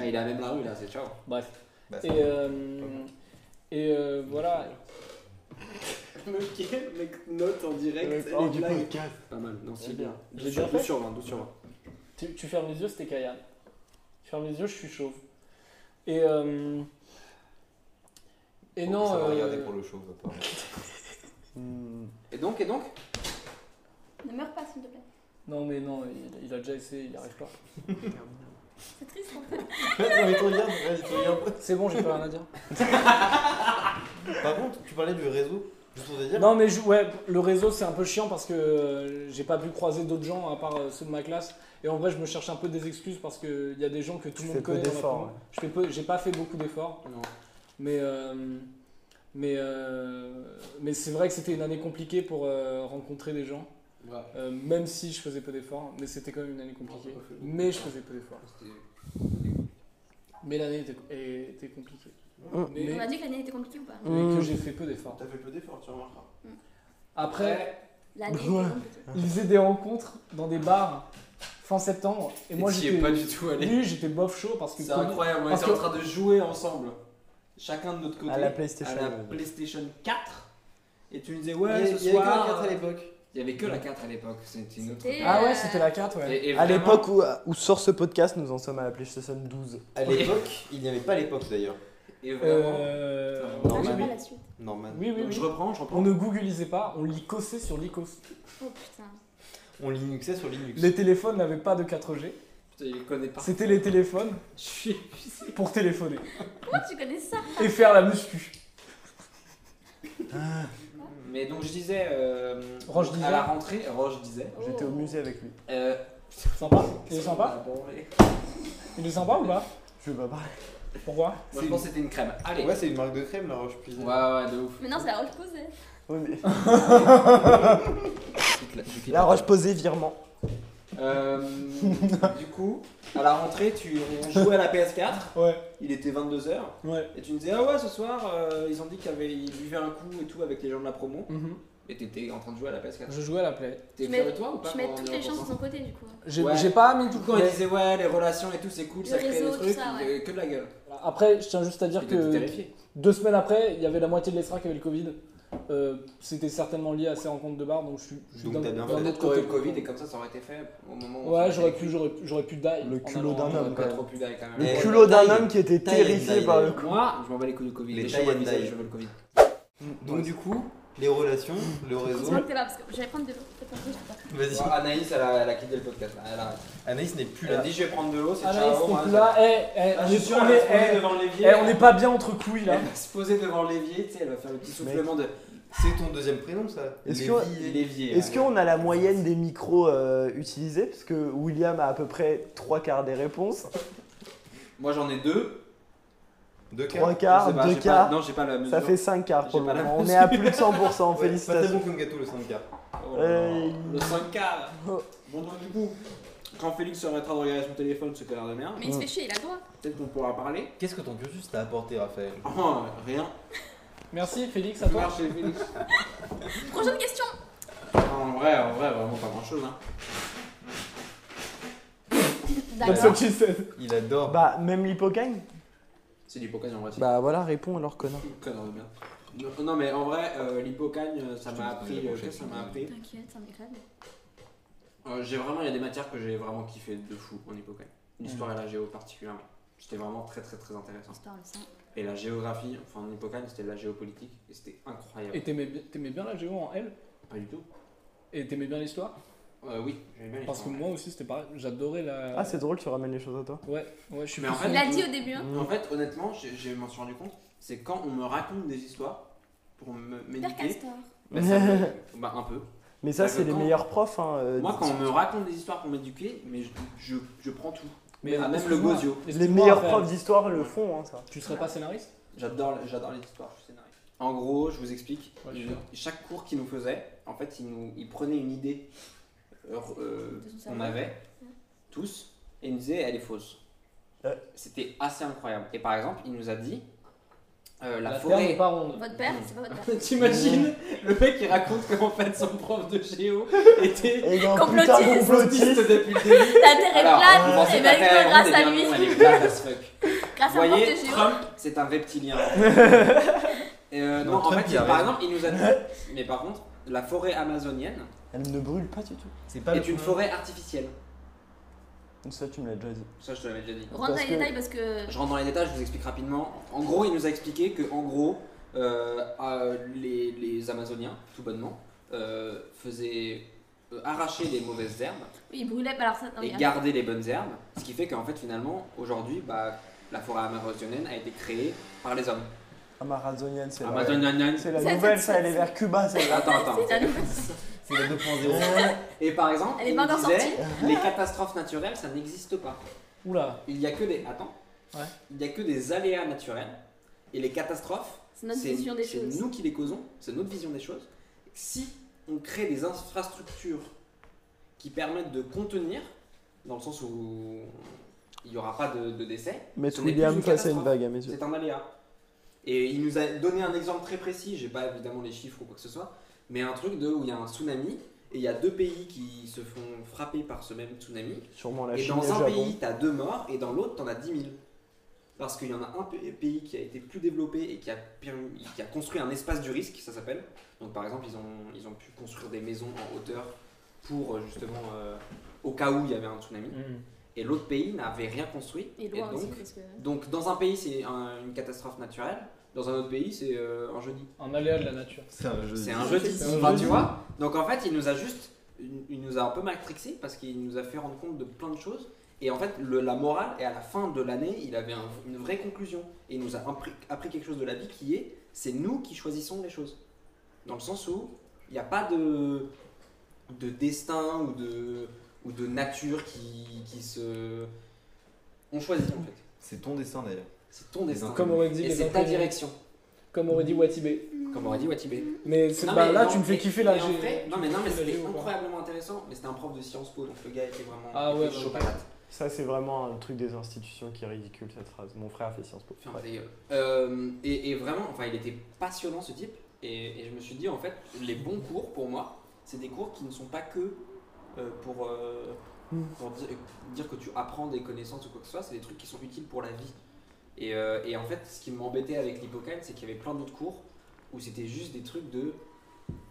S9: il a même la rue là, c'est ciao.
S5: Bref.
S4: Bah,
S5: et
S4: ça va.
S5: euh, et euh, voilà.
S12: Ok, mec, note en direct.
S11: Oh,
S12: les
S11: du
S12: blagues.
S11: podcast.
S9: Pas mal, non, si
S5: Eh bien,
S9: bien.
S5: j'ai
S9: 12
S5: bien
S9: sur 12
S5: fait.
S9: sur 20, 12 sur 20.
S5: Tu, tu fermes les yeux, c'était Kayan. Tu fermes les yeux, je suis chauve. Et euh, Et non.
S4: Ça va
S5: euh,
S4: regarder pour le show, on va pas.
S11: Mmh.
S9: Et donc, et donc
S10: Ne meurs pas, s'il te plaît.
S5: Non, mais non, il, il a déjà essayé, il n'y arrive pas.
S10: C'est triste en fait.
S5: C'est bon, j'ai plus rien à dire.
S4: Par contre, tu parlais du réseau, juste pour te dire.
S5: Non mais je- ouais, le réseau c'est un peu chiant parce que euh, j'ai pas pu croiser d'autres gens à part euh, ceux de ma classe. Et en vrai je me cherche un peu des excuses parce qu'il y a des gens que tout le
S11: fais
S5: monde
S11: peu
S5: connaît. dans la
S11: d'efforts,
S5: promo.
S11: ouais.
S5: Je fais peu- j'ai pas fait beaucoup d'efforts. Mais, euh, mais, euh, mais c'est vrai que c'était une année compliquée pour euh, rencontrer des gens.
S12: Ouais.
S9: Bah,
S5: Euh, même si je faisais peu d'efforts, mais c'était quand même une année compliquée. Mais je faisais peu d'efforts. Mais l'année était, était compliquée.
S11: Mm.
S5: Mais-
S10: On a dit que l'année était compliquée ou pas
S5: mais que j'ai fait peu d'efforts.
S4: T'as fait peu d'efforts, tu remarqueras.
S5: Après,
S10: L'année était compliquée.
S5: ils faisaient des rencontres dans des bars fin septembre. Et,
S12: Et
S5: moi,
S12: t'y es
S5: j'étais.
S12: pas du tout allé.
S5: Oui, j'étais bof chaud parce que.
S12: C'est incroyable, on
S5: parce
S12: était en
S5: que-
S12: train de jouer ensemble. Chacun de notre côté.
S11: À la PlayStation.
S12: à la PlayStation 4. Et tu me disais, ouais,
S4: Il y-
S12: ce
S4: il y avait que la
S12: soir.
S4: 4 à l'époque.
S9: euh, Il y avait que la 4 à l'époque, c'était une autre.
S5: Ah
S10: euh,
S5: ouais, c'était la carte, ouais.
S9: Et- et
S11: à
S9: vraiment-
S11: l'époque où, où sort ce podcast, nous en sommes à la PlayStation 12.
S4: À l'époque, il n'y avait pas l'époque d'ailleurs.
S9: Et
S5: vraiment-
S10: Ah, j'ai pas la suite.
S4: Norman.
S5: euh, Oui, oui,
S12: Donc
S5: oui.
S12: je reprends, je reprends.
S5: On ne googlisait pas, on licossait sur l'icos.
S10: Oh putain.
S4: On Linuxait sur Linux.
S5: Les téléphones n'avaient pas de 4G.
S12: Putain, il connaît pas.
S5: C'était les téléphones
S12: Je suis épuisé.
S5: pour téléphoner
S10: Comment tu connais ça
S5: et faire la muscu.
S9: Mais donc je disais. euh,
S5: Roche
S9: donc,
S5: disait.
S9: À la rentrée, Roche disait.
S11: J'étais au
S10: Oh.
S11: musée avec lui.
S9: euh,
S5: Sympa Il est sympa
S9: bon, allez.
S5: Il est sympa ou pas
S11: Je veux pas parler.
S5: Pourquoi
S9: Moi je pense que c'était une crème. Allez.
S4: Ouais, c'est une marque de crème la roche
S9: Ouais, ouais, de ouf.
S10: Mais non, c'est la roche posée.
S11: Oui, mais-
S9: Je quitte la- je quitte
S11: La roche posée, virement.
S9: Euh, du coup, à la rentrée, tu on jouait à la PS4.
S5: Ouais,
S9: Il était 22h.
S5: ouais.
S9: Et tu me disais, ah ouais, ce soir, euh, ils ont dit qu'ils avaient- ils buvaient un coup et tout avec les gens de la promo.
S5: Mhm.
S9: Et t'étais en train de jouer à la PS4.
S5: Je jouais à la play.
S9: T'es
S10: Je mets-
S9: fier de toi ou pas
S10: Je mets
S9: quand on
S10: toutes les
S9: est en
S10: chances de
S9: France
S10: son côté du coup.
S5: J'ai
S9: Ouais.
S5: j'ai pas mis tout
S9: Tout
S5: le
S9: quand
S5: mais-
S9: ils disaient, ouais, les relations et tout, c'est cool,
S10: Le
S9: ça crée des
S10: réseau, tout
S9: trucs.
S10: ça,
S9: ils disaient, Que de la gueule.
S5: Après, je tiens juste à dire
S9: Ils étaient
S5: que
S9: terrifiés.
S5: deux semaines après, il y avait la moitié de l'Estra qui avait le Covid. Euh, C'était certainement lié à ces rencontres de bar, donc je suis, je suis
S4: Donc
S5: d'un-
S4: t'as bien
S5: d'un
S4: fait.
S5: autre
S9: Peut-être
S5: côté.
S9: qu'aurait eu le Covid et comme ça, ça aurait été fait au moment où. on
S5: Ouais,
S9: s'est
S5: j'aurais
S9: fait
S5: pu, j'aurais pu- j'aurais pu die.
S11: Le
S5: en
S11: culot
S5: allant-
S11: d'un
S9: On
S11: homme,
S9: aurait
S11: quand
S9: pas
S11: même.
S9: trop pu d'aller quand même.
S11: Le
S4: Eh,
S11: culot d'un
S4: taille,
S11: homme qui était
S4: taille,
S11: terrifié
S4: taille.
S11: par le coup.
S9: Moi, je m'en bats les couilles du Covid.
S4: Les
S9: Les gens
S4: tie and
S9: disent,
S4: die.
S9: je veux le Covid.
S4: Donc du coup, les relations, le réseau.
S10: Heureusement que t'es là parce que j'allais prendre de l'eau. Peut-être un peu, je sais pas.
S4: Vas-y.
S9: Bon, Anaïs, elle a, elle a quitté le podcast. là. Elle a,
S4: Anaïs n'est plus
S9: elle a
S4: là.
S9: dit, je vais prendre de l'eau, c'est
S5: Euh, Anaïs,
S9: ciao.
S5: t'es
S9: moi,
S5: plus
S9: c'est-
S5: là, eh, eh,
S9: Ah,
S5: on
S9: je
S5: est-
S9: suis sûr,
S5: on
S9: elle va
S5: est-
S9: se poser
S5: eh,
S9: devant l'évier.
S5: eh, on n'est pas bien entre couilles là.
S9: Elle va se poser devant l'évier, tu sais, elle va faire le petit soufflement de
S4: C'est ton deuxième prénom ça
S11: Est-ce
S4: Lévi-
S11: que-
S9: l'évier. hein.
S11: Est-ce
S9: là.
S11: qu'on a la moyenne des micros euh, utilisés Parce que William a à peu près trois quarts des réponses.
S9: Moi j'en ai deux.
S4: Deux cas.
S11: Trois
S9: Je
S11: quarts,
S9: sais pas,
S11: deux
S9: j'ai pas-
S11: quarts.
S9: Non, j'ai pas la mesure.
S11: Ça fait cinq quarts pour
S9: J'ai
S11: le
S9: pas la
S11: moment. On est à plus de 100%,
S4: Ouais, Pas très
S11: félicitations.
S4: bon comme gâteau le 5
S9: Oh là là.
S11: Euh,
S9: Le 5 quarts.
S4: Oh.
S9: Bon, donc du coup, quand Félix se arrêtera de regarder son téléphone, ce qui a l'air de merde,
S10: Mais il se fait chier, il a le droit.
S9: peut-être qu'on pourra parler.
S4: Qu'est-ce que ton cursus t'a apporté Raphaël
S9: Oh, rien.
S5: Merci Félix, à
S9: Ça
S5: toi.
S9: marche chez Félix.
S10: Prochaine question.
S9: En vrai, en vrai, vraiment pas grand chose. Hein.
S10: D'accord.
S5: tu sais.
S4: Il adore.
S11: Bah, même l'hypocagne
S9: C'est l'hypocagne en vrai. c'est
S11: Bah voilà, réponds alors, connard.
S9: une Connard de merde. Non, Non, mais en vrai, euh, l'hypocagne, euh, ça
S4: Je te
S9: m'a
S4: dis
S9: appris.
S4: la
S9: euh,
S4: prochaine
S9: qu'est-ce que ça m'a
S4: semaine.
S9: appris
S10: T'inquiète, ça me dégrade.
S9: Euh, J'ai vraiment, il y a des matières que j'ai vraiment kiffé de fou en hypocagne. L'histoire et la géo particulièrement. C'était vraiment très très très intéressant.
S10: C'est pas grave, ça.
S9: Et la géographie, enfin en hypocagne, c'était de la géopolitique et c'était incroyable.
S5: Et t'aimais bi- t'aimais bien la géo en L
S9: Pas du tout.
S5: Et t'aimais bien l'histoire
S9: Euh, oui, j'aimais bien les
S5: Parce que
S9: formes.
S5: moi aussi c'était pareil, j'adorais la.
S11: Ah, c'est drôle, tu ramènes les choses à toi. Mm.
S5: Ouais, ouais, je suis
S9: Mais
S5: plus
S9: en fait-
S10: Il l'a dit au début. Hein.
S9: En fait, honnêtement, j'ai- je m'en suis rendu compte, c'est quand on me raconte des histoires pour me
S10: Père
S9: m'éduquer.
S10: Castor.
S9: Bah, ça me- bah, un peu.
S11: Mais ça,
S9: Bah,
S11: c'est les
S9: quand-
S11: meilleurs profs. hein, euh,
S9: Moi, quand on me raconte des histoires pour m'éduquer, mais je, je, je prends tout.
S5: Mais
S9: Ah, même le
S5: excuse-moi,
S9: Gozio.
S11: Les
S5: excuse-moi,
S11: meilleurs
S5: Raphaël,
S11: profs d'histoire le font, hein, ça.
S5: Tu serais pas scénariste
S9: J'adore, j'adore les histoires, je suis scénariste. En gros, je vous explique.
S5: Ouais,
S9: il-
S5: je sais.
S9: chaque cours qu'ils nous faisaient, en fait, ils nous, ils prenaient une idée euh, euh,
S10: De son cerveau.
S9: qu'on avait tous et ils nous disaient elle est fausse.
S11: Ouais.
S9: C'était assez incroyable. Et par exemple, il nous a dit euh, la,
S5: La Terre
S9: forêt.
S5: n'est pas ronde.
S10: Votre père, c'est pas votre père.
S9: T'imagines le mec qui raconte qu'en fait son prof de géo était
S11: Et il y a un
S10: Complotiste.
S11: Eh, putain de
S9: complotiste
S11: complotiste
S9: depuis le début.
S10: La terre est
S9: Alors, on
S10: plate,
S9: pensait
S10: et
S9: que la
S10: ben
S9: Terre est
S10: grâce
S9: ronde,
S10: à
S9: eh bien non, elle est
S10: lui.
S9: plate as fuck.
S10: Grâce
S9: Vous
S10: à moi,
S9: voyez,
S10: t'es géo.
S9: Trump, c'est un reptilien. Et, euh, non,
S4: Non,
S9: en
S4: Trump,
S9: fait,
S4: il a
S9: par
S4: raison.
S9: exemple, il nous a dit, mais par contre, la forêt amazonienne
S11: Elle ne brûle pas du tout.
S4: C'est pas
S9: est une forêt artificielle.
S11: Ça, tu me l'as déjà dit.
S9: Ça, je te l'avais déjà dit.
S10: Rentre dans
S11: Parce
S10: les
S11: que-
S10: détails parce que.
S9: Je rentre dans les détails, je vous explique rapidement. En gros, il nous a expliqué que, en gros, euh, à- les, les Amazoniens, tout bonnement, euh, faisaient euh, arracher les mauvaises herbes
S10: Oui, ils brûlaient, alors ça. non,
S9: et
S10: mais-
S9: garder les bonnes herbes, ce qui fait qu'en fait finalement aujourd'hui bah, la forêt amazonienne a été créée par les hommes. Ah, bah,
S11: Amazonienne, c'est la-
S9: Amazonienne.
S11: C'est la nouvelle, ça, elle est vers Cuba, c'est
S9: Attends, attends.
S10: C'est la nouvelle.
S9: C'est le 2.0. Et par exemple,
S10: Elle est
S9: il
S10: pas
S9: nous
S10: encore
S9: disait,
S10: sortie.
S9: les catastrophes naturelles, ça n'existe pas.
S5: Oula.
S9: Il n'y a que des. Attends.
S5: Ouais.
S9: Il n'y a que des aléas naturels. Et les catastrophes,
S10: C'est notre vision des
S9: c'est
S10: choses.
S9: nous qui les causons. C'est notre vision des choses. Si on crée des infrastructures qui permettent de contenir, dans le sens où il n'y aura pas de, de décès.
S11: Maître
S9: ce n'est plus
S11: William face à
S9: catastrophe.
S11: une vague, à mes yeux.
S9: C'est un aléa. Et il nous a donné un exemple très précis, j'ai pas évidemment les chiffres ou quoi que ce soit, mais un truc de où il y a un tsunami et il y a deux pays qui se font frapper par ce même tsunami.
S11: Sûrement la
S9: et
S11: Bah, Chine et
S9: dans
S11: le
S9: un
S11: Japon.
S9: pays, t'as deux morts et dans l'autre, t'en as 10 000. Parce qu'il y en a un p- pays qui a été plus développé et qui a, permis- qui a construit un espace du risque, ça s'appelle. Donc par exemple, ils ont, ils ont pu construire des maisons en hauteur pour euh, justement euh, au cas où il y avait un tsunami.
S5: Mhm.
S9: Et l'autre pays n'avait rien construit.
S10: Et loin
S9: donc,
S10: aussi, parce que-
S9: donc dans un pays, c'est un- une catastrophe naturelle. Dans un autre pays, c'est euh, un jeudi.
S5: Un aléa de la nature.
S9: C'est un
S5: jeudi.
S9: C'est un jeudi.
S5: Euh, C'est un
S9: Enfin,
S5: jeudi.
S9: tu vois Donc en fait, il nous a juste. Il nous a un peu matrixé parce qu'il nous a fait rendre compte de plein de choses. Et en fait, le- la morale, et à la fin de l'année, il avait un- une vraie conclusion. Et il nous a appris, appris quelque chose de la vie qui est c'est nous qui choisissons les choses. Dans le sens où il n'y a pas de, de destin ou de, ou de nature qui, qui se. On choisit en fait.
S4: C'est ton dessin d'ailleurs.
S9: C'est ton destin.
S5: Comme aurait dit
S9: Ah, Et
S5: les
S9: c'est ta
S5: Inconnus.
S9: direction.
S5: Comme aurait dit Watibé.
S9: Comme aurait dit Watibé.
S5: Mais, c'est-
S9: Non,
S5: bah,
S9: mais
S5: là,
S9: non,
S5: tu me fais
S9: mais-
S5: kiffer là.
S9: mais en
S5: j'ai-
S9: fait-
S5: tu
S9: non,
S5: me
S9: mais non,
S5: fais
S9: mais
S5: kiffer, là,
S9: c'était
S5: j'ai-
S9: incroyablement intéressant. Mais c'était un prof de Sciences Po, donc le gars était vraiment.
S5: Ah
S9: il
S5: ouais,
S9: était chaud
S5: ouais.
S9: patate.
S11: Ça, c'est vraiment un truc des institutions qui est ridicule, cette phrase. Mon frère a fait Sciences Po.
S9: Ferme ta gueule. Euh, et, et vraiment, enfin, il était passionnant ce type. Et, et je me suis dit, en fait, les bons cours pour moi, c'est des cours qui ne sont pas que euh, pour, euh, pour di- dire que tu apprends des connaissances ou quoi que ce soit, c'est des trucs qui sont utiles pour la vie. Et, euh, et en fait, ce qui m'embêtait avec l'hippocampe, c'est qu'il y avait plein d'autres cours où c'était juste des trucs de.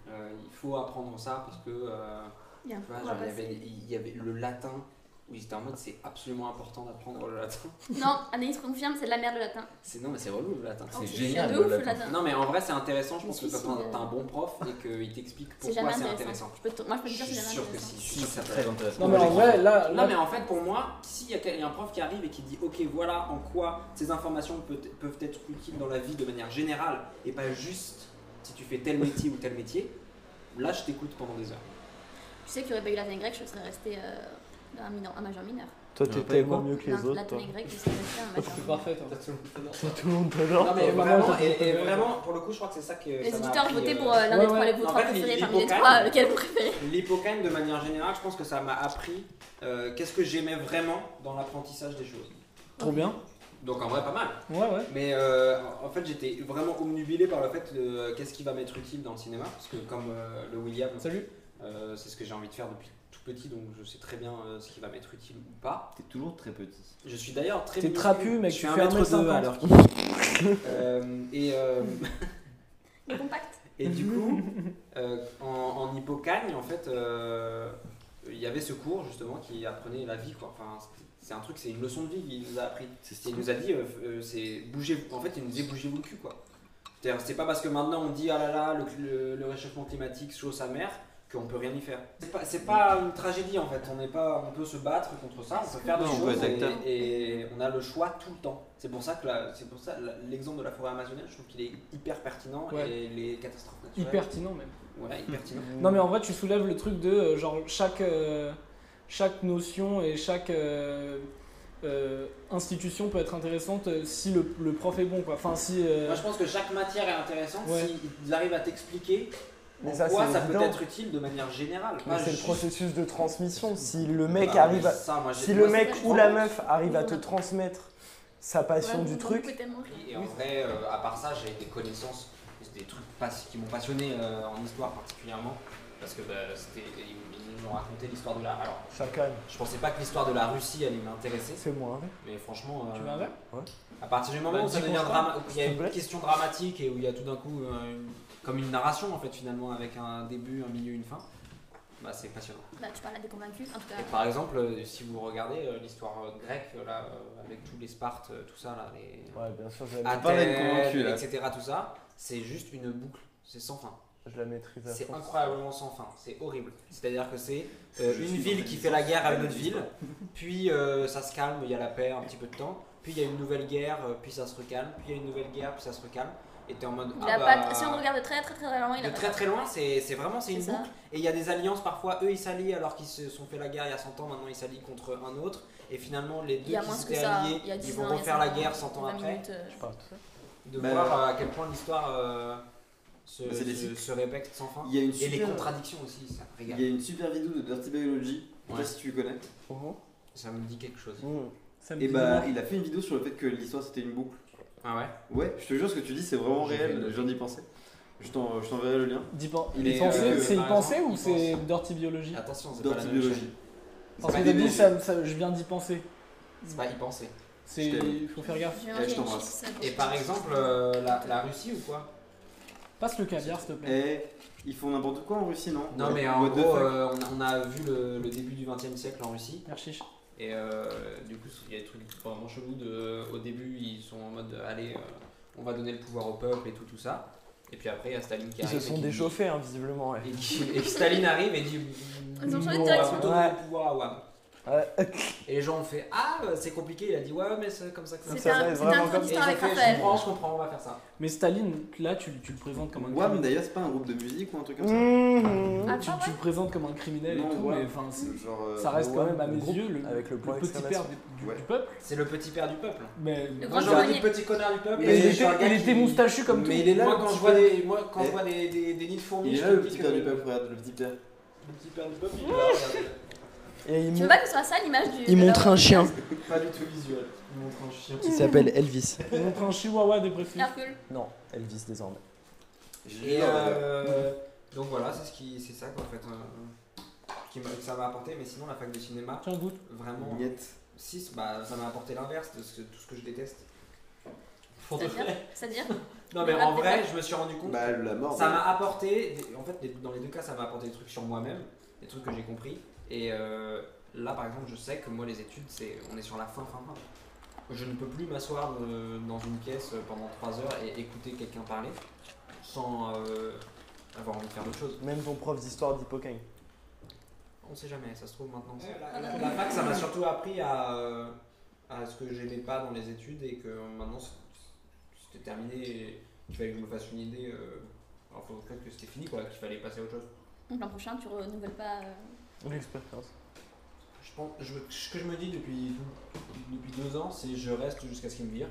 S9: euh, il faut apprendre ça parce que. euh,
S10: Il y a un
S9: tu vois,
S10: cours à
S9: genre, il y
S10: passer.
S9: avait- il y avait le latin où ils étaient en mode c'est absolument important d'apprendre le latin.
S10: Non, Anaïs confirme, c'est de la merde le latin.
S9: C'est non mais c'est relou le latin.
S10: C'est Oh, c'est génial, de le ouf, le latin. latin.
S9: Non mais en vrai c'est intéressant. Je pense que
S10: suis
S9: quand
S10: sûre.
S9: t'as un bon prof et qu'il t'explique
S10: euh, C'est
S9: pourquoi
S10: jamais
S9: c'est
S10: intéressant.
S9: intéressant.
S10: Je peux te- moi, je peux te dire que
S9: suis
S10: c'est jamais
S9: sûr que
S10: intéressant.
S9: si. Je
S4: Si,
S9: suis sûr que ça
S4: c'est
S9: peut
S4: très
S9: être.
S4: intéressant.
S5: Non, mais en vrai, là-
S9: Non
S5: là-
S9: mais en fait pour moi s'il y a quel- il y a un prof qui arrive et qui dit ok voilà en quoi ces informations peut- peuvent être utiles dans la vie de manière générale et pas juste si tu fais tel métier ou tel métier. Là je t'écoute pendant des heures.
S10: Tu sais qu'il n'y aurait pas eu latin et grec, je serais resté un, mineur, un majeur mineur.
S11: Toi, t'es tellement mieux que les
S10: Latin-
S11: autres.
S10: Latin et
S11: toi.
S10: grec, je serais resté un majeur mineur.
S5: Parfait. hein.
S11: Tout le monde t'adore.
S9: Non mais
S11: toi.
S9: vraiment, et, et vraiment, pour le coup, je crois que c'est ça que.
S10: Les
S9: ça m'a
S10: auditeurs,
S9: appris,
S10: votez
S9: euh,
S10: pour, euh, l'un des trois, les- vos
S9: En
S10: trois
S9: fait,
S10: préférés, parmi les
S9: l'hippocampe-
S10: trois, lequel vous préférez
S9: L'hippocampe, de manière générale, je pense que ça m'a appris euh, qu'est-ce que j'aimais vraiment dans l'apprentissage des choses.
S5: Trop bien.
S9: Donc en vrai, pas mal.
S5: Ouais, ouais.
S9: Mais euh, en fait, j'étais vraiment omnubilé par le fait de euh, qu'est-ce qui va m'être utile dans le cinéma. Parce que, comme euh, le William,
S5: Salut.
S9: euh, c'est ce que j'ai envie de faire depuis tout petit, donc je sais très bien euh, ce qui va m'être utile ou pas.
S4: T'es toujours très petit.
S9: Je suis d'ailleurs très
S5: T'es
S9: minuscule.
S5: trapu, mec,
S9: Je
S5: tu
S9: suis un
S5: fais
S9: mètre
S5: 1m50.
S9: deux à l'heure qu'il est. Euh, et euh, Et du coup, euh, en, en hippocagne, en fait, euh, il y avait ce cours justement qui apprenait la vie. Quoi. Enfin, c'est- c'est un truc, c'est une leçon de vie qu'il nous a appris. Il nous a dit, euh, euh, c'est bougez. En fait, il nous disait bougez-vous le cul, quoi. C'est-à-dire, c'est pas parce que maintenant on dit ah là là, le, le- le réchauffement climatique, chaud sa mère, qu'on peut rien y faire. C'est pas, c'est pas une tragédie en fait. On n'est pas, on peut se battre contre ça. On peut faire des
S4: Non, on peut
S9: choses
S4: être acteur.
S9: et- et, on a le choix tout le temps. C'est pour ça que la- c'est pour ça la- l'exemple de la forêt amazonienne, je trouve qu'il est hyper pertinent
S5: Ouais.
S9: et les catastrophes naturelles.
S5: Hyper pertinent même.
S9: Ouais, hyper pertinent.
S5: Non mais en vrai tu soulèves le truc de euh, genre chaque, euh, chaque notion et chaque euh, euh, institution peut être intéressante euh, si le, le prof est bon quoi. Enfin si... euh,
S9: Moi, je pense que chaque matière est intéressante
S5: Ouais.
S9: s'ils arrivent à t'expliquer
S11: Mais
S9: en
S11: ça,
S9: quoi
S11: c'est
S9: ça peut
S11: évident.
S9: être utile de manière générale.
S11: Mais
S9: pas
S11: c'est le
S9: Ah, juste-
S11: processus de transmission. Si le mec
S9: Bah,
S11: arrive, à-
S9: ça, moi, j'ai-
S11: si le
S9: moi, c'est
S11: mec
S9: ce que je
S11: ou la
S9: pense.
S11: meuf arrive à te transmettre sa passion du truc,
S9: Et en vrai, euh, à part ça, j'ai des connaissances, des trucs pas- qui m'ont passionné euh, en histoire particulièrement. Parce que bah, c'était- ils, ils nous ont raconté l'histoire de la. Alors,
S11: ça calme.
S9: je pensais pas que l'histoire de la Russie allait m'intéresser.
S11: C'est moi. hein.
S9: Mais franchement. euh,
S5: Tu veux un verre
S11: Ouais.
S9: À partir du moment
S11: Bah,
S9: où ça
S11: dis
S9: devient
S11: qu'on se
S9: drama-
S11: parle,
S9: où il y a
S11: s'il te
S9: une
S11: plaît.
S9: question dramatique et où il y a tout d'un coup euh, une- comme une narration en fait finalement avec un début, un milieu, une fin, bah, c'est passionnant.
S10: Bah, tu parles à des convaincus, en tout cas.
S9: Et par exemple, euh, si vous regardez euh, l'histoire euh, grecque, là, euh, avec tous les Spartes, euh, tout ça, là, les.
S11: Ouais, bien sûr, j'avais
S9: Athènes,
S11: pas d'être convaincu, là.
S9: etc., tout ça, c'est juste une boucle, c'est sans fin.
S11: Je la maîtrise à
S9: C'est
S11: fond.
S9: incroyablement sans fin, c'est horrible. C'est-à-dire que c'est euh,
S11: Je
S9: une
S11: suis
S9: ville
S11: dans
S9: qui
S11: la
S9: fait la
S11: licence,
S9: guerre à
S11: la
S9: une autre ville,
S11: licence.
S9: puis euh, ça se calme, il y a la paix un petit peu de temps, puis il y a une nouvelle guerre, euh, puis ça se recalme, puis il y a une nouvelle guerre, puis ça se recalme, et t'es en mode.
S10: Il
S9: ah
S10: a
S9: bah,
S10: pas... Si on regarde de très très très loin, il a
S9: de
S10: pas-
S9: très très loin, c'est c'est vraiment c'est une
S10: C'est ça.
S9: boucle. Et il y a des alliances parfois, eux ils s'allient alors qu'ils se sont fait la guerre il y a 100 ans, maintenant ils s'allient contre un autre. Et finalement les
S10: Il
S9: deux
S10: y a
S9: qui
S10: moins que
S9: s'étaient
S10: ça.
S9: alliés,
S10: Il y a 10
S9: ils
S10: ans,
S9: vont
S10: il y a
S9: refaire la
S10: 5
S9: guerre
S10: ans,
S9: 100 ans
S10: 20
S9: après.
S10: minutes, euh,
S9: De
S4: Bah,
S9: voir à quel point l'histoire euh, se,
S4: C'est des
S9: se-
S4: cycles.
S9: se répète sans fin.
S4: Il y a une
S9: et les
S4: super-
S9: contradictions aussi, ça
S4: Il
S9: régale.
S4: y a une super vidéo de Dirty Biology, je sais
S9: Ouais.
S4: pas si tu connais.
S9: Ça me dit quelque
S11: Mmh.
S9: chose.
S5: Ça
S4: Et bah, il a fait une vidéo sur le fait que l'histoire c'était une boucle.
S9: Ah ouais
S4: Ouais, je te jure, ce que tu dis c'est vraiment
S5: J'ai fait
S4: réel,
S5: une-
S4: je viens d'y penser. Je t'en- je t'enverrai le lien.
S5: D'y pen-
S4: Il
S5: d'y
S4: est,
S5: penser,
S4: euh,
S5: c'est y
S4: par
S5: penser
S4: exemple, Ah,
S5: ou c'est Dirty Biology
S9: Attention, c'est
S4: Dirty
S9: pas la même
S4: Biology.
S9: chose.
S5: Parce
S9: C'est
S5: que
S9: pas
S5: d'habitude,
S9: des-
S5: ça, ça- je viens d'y penser.
S9: C'est pas y penser.
S5: C'est- Il faut faire gaffe.
S4: Eh, je t'embrasse.
S10: Mm.
S9: Et par exemple, euh, la, la Russie ou quoi
S5: Passe le caviar, s'il te plaît.
S4: Eh, ils font n'importe quoi en Russie, non
S9: Non, mais en
S4: What the
S9: gros,
S4: fuck
S9: euh, on, a, on a vu le, le début du XXe siècle en Russie.
S4: Eh.
S5: Merci.
S9: Et euh, du coup, il y a des trucs vraiment chelous. De, au début, ils sont en mode allez, euh, on va donner le pouvoir au peuple et tout, tout ça. Et puis après, il y a Staline qui
S11: Ils
S9: arrive.
S11: se
S9: et
S11: sont
S9: qui-
S11: déchauffés, hein, visiblement. ouais.
S9: Et, qui- et Staline arrive et dit
S10: Ils ont changé de
S9: on va
S10: direction.
S9: plutôt donner
S11: Ouais.
S9: le pouvoir à Ouam.
S11: Ouais.
S9: Et les gens ont fait Ah, c'est compliqué. Il a dit Ouais, mais c'est comme ça que ça
S10: C'était
S9: se passe.
S10: un-
S9: Et
S10: c'était un
S9: ils ont
S10: cours
S9: fait,
S10: d'histoire avec
S9: Je
S10: Raphaël.
S9: comprends, je comprends, on va faire ça.
S5: Mais Staline, là, tu, tu le présentes comme un
S4: Wham,
S5: criminel.
S4: d'ailleurs, c'est pas un groupe de musique ou un truc comme ça
S11: Mm.
S5: Mmh.
S10: Ah,
S5: Tu,
S10: pas
S5: tu
S10: vrai
S5: le présentes comme un criminel
S4: Non,
S5: et tout,
S4: Wham.
S5: mais enfin, c'est-
S4: Genre, euh,
S5: ça reste quand
S4: Wham,
S5: même à
S4: le
S5: mes
S4: groupe.
S5: yeux le,
S11: avec le point
S5: petit père
S11: exclamation.
S5: du, du
S4: Ouais.
S5: peuple.
S9: C'est le petit père du peuple.
S5: Mais
S10: Le
S9: Moi,
S10: grand
S9: j'aurais dit
S10: jardinier.
S9: le petit connard du peuple.
S5: Mais
S9: mais
S5: il
S9: je suis
S5: était,
S9: un gars
S5: il
S9: qui-
S5: était moustachu comme
S9: Mais
S5: tout.
S9: il est là
S4: Moi,
S9: quand
S4: tu
S9: je vois
S4: peux-
S9: des, moi, quand je
S4: Eh.
S9: vois des, des, des nids de fourmis.
S4: Il est
S9: je
S4: là,
S9: te
S4: le
S9: dis
S4: petit
S9: que-
S4: père du peuple, regarde, le petit père.
S9: Le petit père du peuple, il est là, regarde.
S11: Et Mmh. il
S10: Tu veux
S11: mon-
S10: pas que ce soit ça l'image du.
S11: il
S10: de
S11: montre
S10: leur-
S11: un chien
S4: Pas du tout visuel.
S9: Il montre un chien.
S11: qui s'appelle Elvis.
S5: Il montre un chihuahua dépressif.
S10: Hercule.
S11: Non, Elvis désormais.
S4: J'ai
S9: Et
S4: vu dans le-
S9: euh, donc voilà, c'est ce qui, c'est ça qu'en fait, euh, qui m'a- que ça m'a apporté. Mais sinon, la fac de cinéma,
S5: Tiens, goûte.
S9: vraiment,
S4: Miette.
S9: 6, bah, ça m'a apporté l'inverse de ce que- tout ce que je déteste. Pour de
S10: C'est-à-dire
S9: vrai.
S10: C'est-à-dire
S9: Non mais
S10: Mais
S9: en
S10: après-
S9: vrai, je me suis rendu compte.
S4: Bah, la mort.
S9: ça
S4: ouais.
S9: m'a apporté, des- en fait, des- dans les deux cas, ça m'a apporté des trucs sur moi-même, des trucs que j'ai compris. Et euh, là, par exemple, je sais que moi, les études, c'est, on est sur la fin, fin, fin. Je ne peux plus m'asseoir euh, dans une pièce pendant 3 heures et écouter quelqu'un parler sans euh, avoir envie de faire d'autres choses.
S11: Même ton prof d'histoire d'Hippocane.
S9: On sait jamais, ça se trouve maintenant. c'est- La, la- la fac, ça m'a surtout appris à, euh, à ce que j'aimais pas dans les études et que maintenant c'est- c'était terminé et qu'il fallait que je me fasse une idée. Euh, alors, faut- peut-être que c'était fini quoi, qu'il fallait passer à autre chose.
S10: Donc l'an prochain, tu renouvelles pas. euh,
S11: L'expérience.
S9: Je pense, je, ce que je me dis depuis, depuis deux ans, c'est je reste jusqu'à ce qu'ils me virent.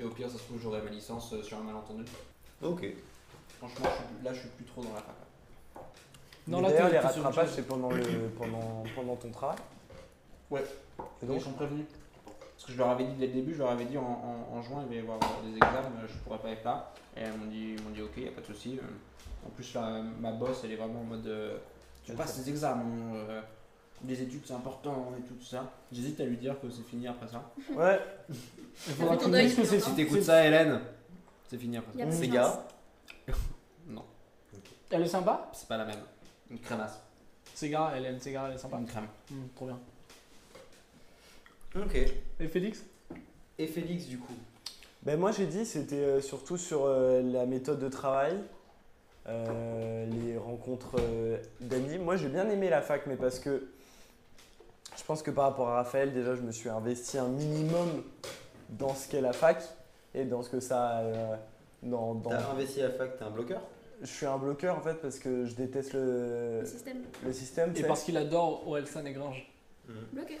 S9: Et au pire, ça se trouve, j'aurai ma licence euh, sur un malentendu.
S4: Ok.
S9: Franchement, je suis plus- là, je suis plus trop dans la fac. là.
S5: Non,
S11: Mais
S5: là,
S11: D'ailleurs, les
S5: t'es- t'es sur autre
S11: rattrapages,
S5: chose.
S11: c'est pendant, le, pendant, pendant ton travail.
S9: Ouais.
S11: Et donc,
S9: Ils sont prévenus. Parce que je leur avais dit dès le début, je leur avais dit en, en- en juin, il va y avoir euh, des examens, euh, je pourrais pas être là. Et elles m'ont dit, ils m'ont dit ok, y a pas de souci. Euh, En plus, là, ma boss, elle est vraiment en mode euh, tu
S11: Ok.
S9: passes les examens, euh, les études c'est important et tout ça. J'hésite à lui dire que c'est fini après ça.
S11: ouais,
S5: Il faudra
S10: ton
S5: que tu me
S10: deuil,
S5: dises que c'est
S10: finalement.
S9: Si t'écoutes ça, Hélène, c'est fini après
S10: Il y a
S9: ça.
S10: pas de
S11: Les
S10: silence.
S11: gars.
S9: Non,
S5: Elle est sympa
S9: c'est pas la même. Une crémasse.
S5: Ségara, elle aime Ségara, elle est sympa.
S9: Une crème.
S5: Hum, trop bien.
S4: Ok.
S5: Et Félix
S4: Et Félix, du coup
S11: Ben moi j'ai dit c'était euh, surtout sur euh, la méthode de travail, euh, les rencontres euh, d'amis. Moi j'ai bien aimé la fac mais parce que je pense que par rapport à Raphaël déjà je me suis investi un minimum dans ce qu'est la fac et dans ce que ça... euh, dans, dans-
S4: T'as investi à la fac, t'es un bloqueur
S11: Je suis un bloqueur en fait parce que je déteste le,
S10: Le système
S11: le système. tu
S5: Et
S11: sais.
S5: parce qu'il adore Orelsan et Grange.
S10: bloqué.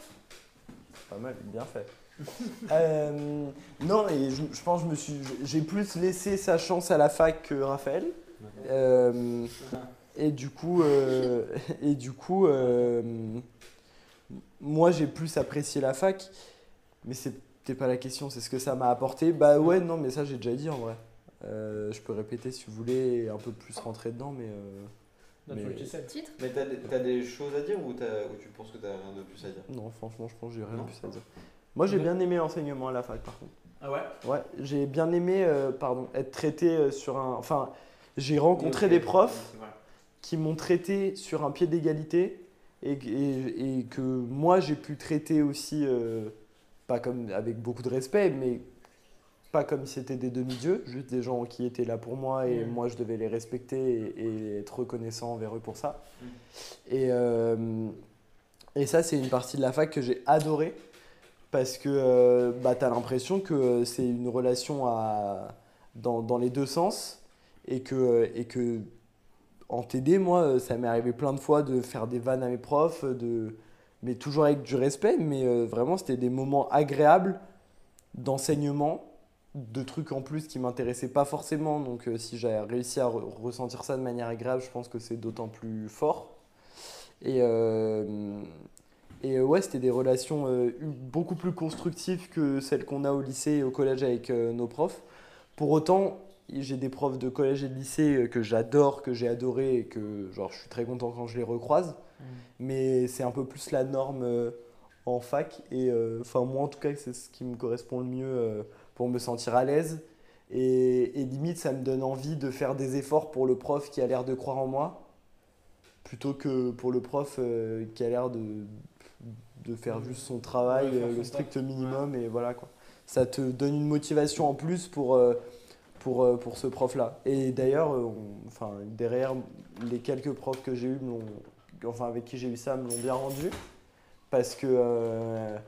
S11: Pas mal, bien fait. Euh, non, et je, je pense que je me suis, j'ai plus laissé sa chance à la fac que Raphaël. Euh, et du coup, euh, et du coup, euh, moi j'ai plus apprécié la fac, mais c'était pas la question, c'est ce que ça m'a apporté. Bah ouais, non, mais ça j'ai déjà dit en vrai. Euh, je peux répéter si vous voulez, et un peu plus rentrer dedans, mais. euh,
S5: That's
S11: Mais-
S5: what she said.
S10: Titre
S4: Mais t'as des, t'as des choses à dire ou, t'as- ou tu penses que t'as rien de plus à dire
S11: Non, franchement, je pense que j'ai rien
S4: Non.
S11: de plus à dire. Moi, j'ai
S5: Ok.
S11: bien aimé l'enseignement à la fac, par contre.
S9: Ah ouais
S11: Ouais, j'ai bien aimé, euh, pardon, être traité euh, sur un. Enfin, j'ai rencontré des profs
S9: C'est vrai.
S11: qui m'ont traité sur un pied d'égalité et, et- et que moi j'ai pu traiter aussi, euh, pas comme avec beaucoup de respect, mais pas comme si c'était des demi-dieux, juste des gens qui étaient là pour moi et
S5: Mm.
S11: moi je devais les respecter et, et être reconnaissant envers eux pour ça. Et, euh, et ça, c'est une partie de la fac que j'ai adorée parce que euh, bah, tu as l'impression que euh, c'est une relation à, dans, dans les deux sens et que, euh, et que en TD, moi, euh, ça m'est arrivé plein de fois de faire des vannes à mes profs, euh, de, mais toujours avec du respect, mais euh, vraiment, c'était des moments agréables d'enseignement, de trucs en plus qui m'intéressaient pas forcément. Donc euh, si j'ai réussi à re- ressentir ça de manière agréable, je pense que c'est d'autant plus fort. Et, euh, et euh, ouais, c'était des relations euh, u- beaucoup plus constructives que celles qu'on a au lycée et au collège avec euh, nos profs. Pour autant, j'ai des profs de collège et de lycée euh, que j'adore, que j'ai adoré et que genre, je suis très content quand je les recroise.
S5: Mm.
S11: Mais c'est un peu plus la norme euh, en fac. Et euh, enfin, moi, en tout cas, c'est ce qui me correspond le mieux euh, pour me sentir à l'aise. Et, et limite, ça me donne envie de faire des efforts pour le prof qui a l'air de croire en moi plutôt que pour le prof euh, qui a l'air de, de faire juste son travail,
S5: faire
S11: euh,
S5: son
S11: le strict minimum, et voilà quoi. Ça te donne une motivation en plus pour, euh, pour, euh, pour ce prof-là. Et d'ailleurs, euh, on- enfin, derrière, les quelques profs que j'ai eu, enfin, avec qui j'ai eu ça, me l'ont bien rendu. Parce que euh,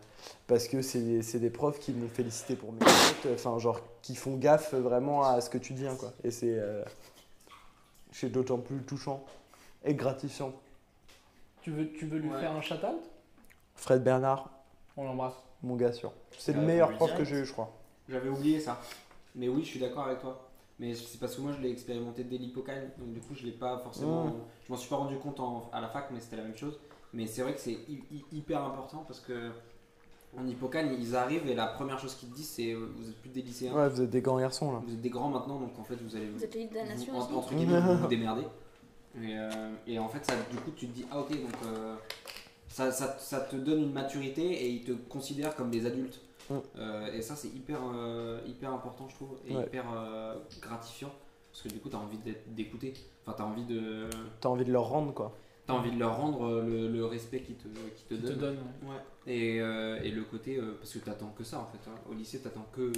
S11: parce que c'est c'est des profs qui m'ont félicité pour mes notes, enfin genre qui font gaffe vraiment à ce que tu deviens quoi. Et c'est euh, c'est d'autant plus touchant et gratifiant.
S5: Tu veux, tu veux lui faire un shout-out
S11: Fred Bernard,
S5: On l'embrasse.
S11: mon gars sûr. C'est
S9: Ah,
S11: le meilleur
S9: lui
S11: prof
S9: direct.
S11: que j'ai eu, je crois.
S9: J'avais oublié ça. Mais oui, je suis d'accord avec toi. Mais c'est parce que moi, je l'ai expérimenté dès l'hippocampe, donc du coup, je l'ai pas forcément.
S11: Mm.
S9: Je m'en suis pas rendu compte en- à la fac, mais c'était la même chose. Mais c'est vrai que c'est hy- hy- hyper important parce que en hippocampe, ils arrivent et la première chose qu'ils te disent, c'est euh, vous êtes plus des lycéens.
S11: Ouais, vous êtes des grands garçons là.
S9: Vous êtes des grands maintenant, donc en fait, vous allez
S10: Vous êtes l'élite de la
S9: vous-
S10: nation
S9: entre,
S10: aussi.
S9: entre guillemets, vous vous démerder. Et, euh, et en fait, ça, du coup, tu te dis, ah ok, donc euh, ça, ça- ça te donne une maturité et ils te considèrent comme des adultes.
S11: Mm.
S9: Euh, et ça, c'est hyper, euh, hyper important, je trouve, et
S11: Ouais.
S9: hyper euh, gratifiant. Parce que du coup, tu as envie d'être- d'écouter. Enfin, tu as envie de.
S11: T'as envie de leur rendre quoi.
S9: T'as envie de leur rendre euh, le, le respect qu'ils te, qu'ils te
S5: Qu'ils te
S9: donnent.
S5: donnent,
S9: ouais. et, euh, et le côté, euh, parce que t'attends que ça en fait. hein. Au lycée, t'attends que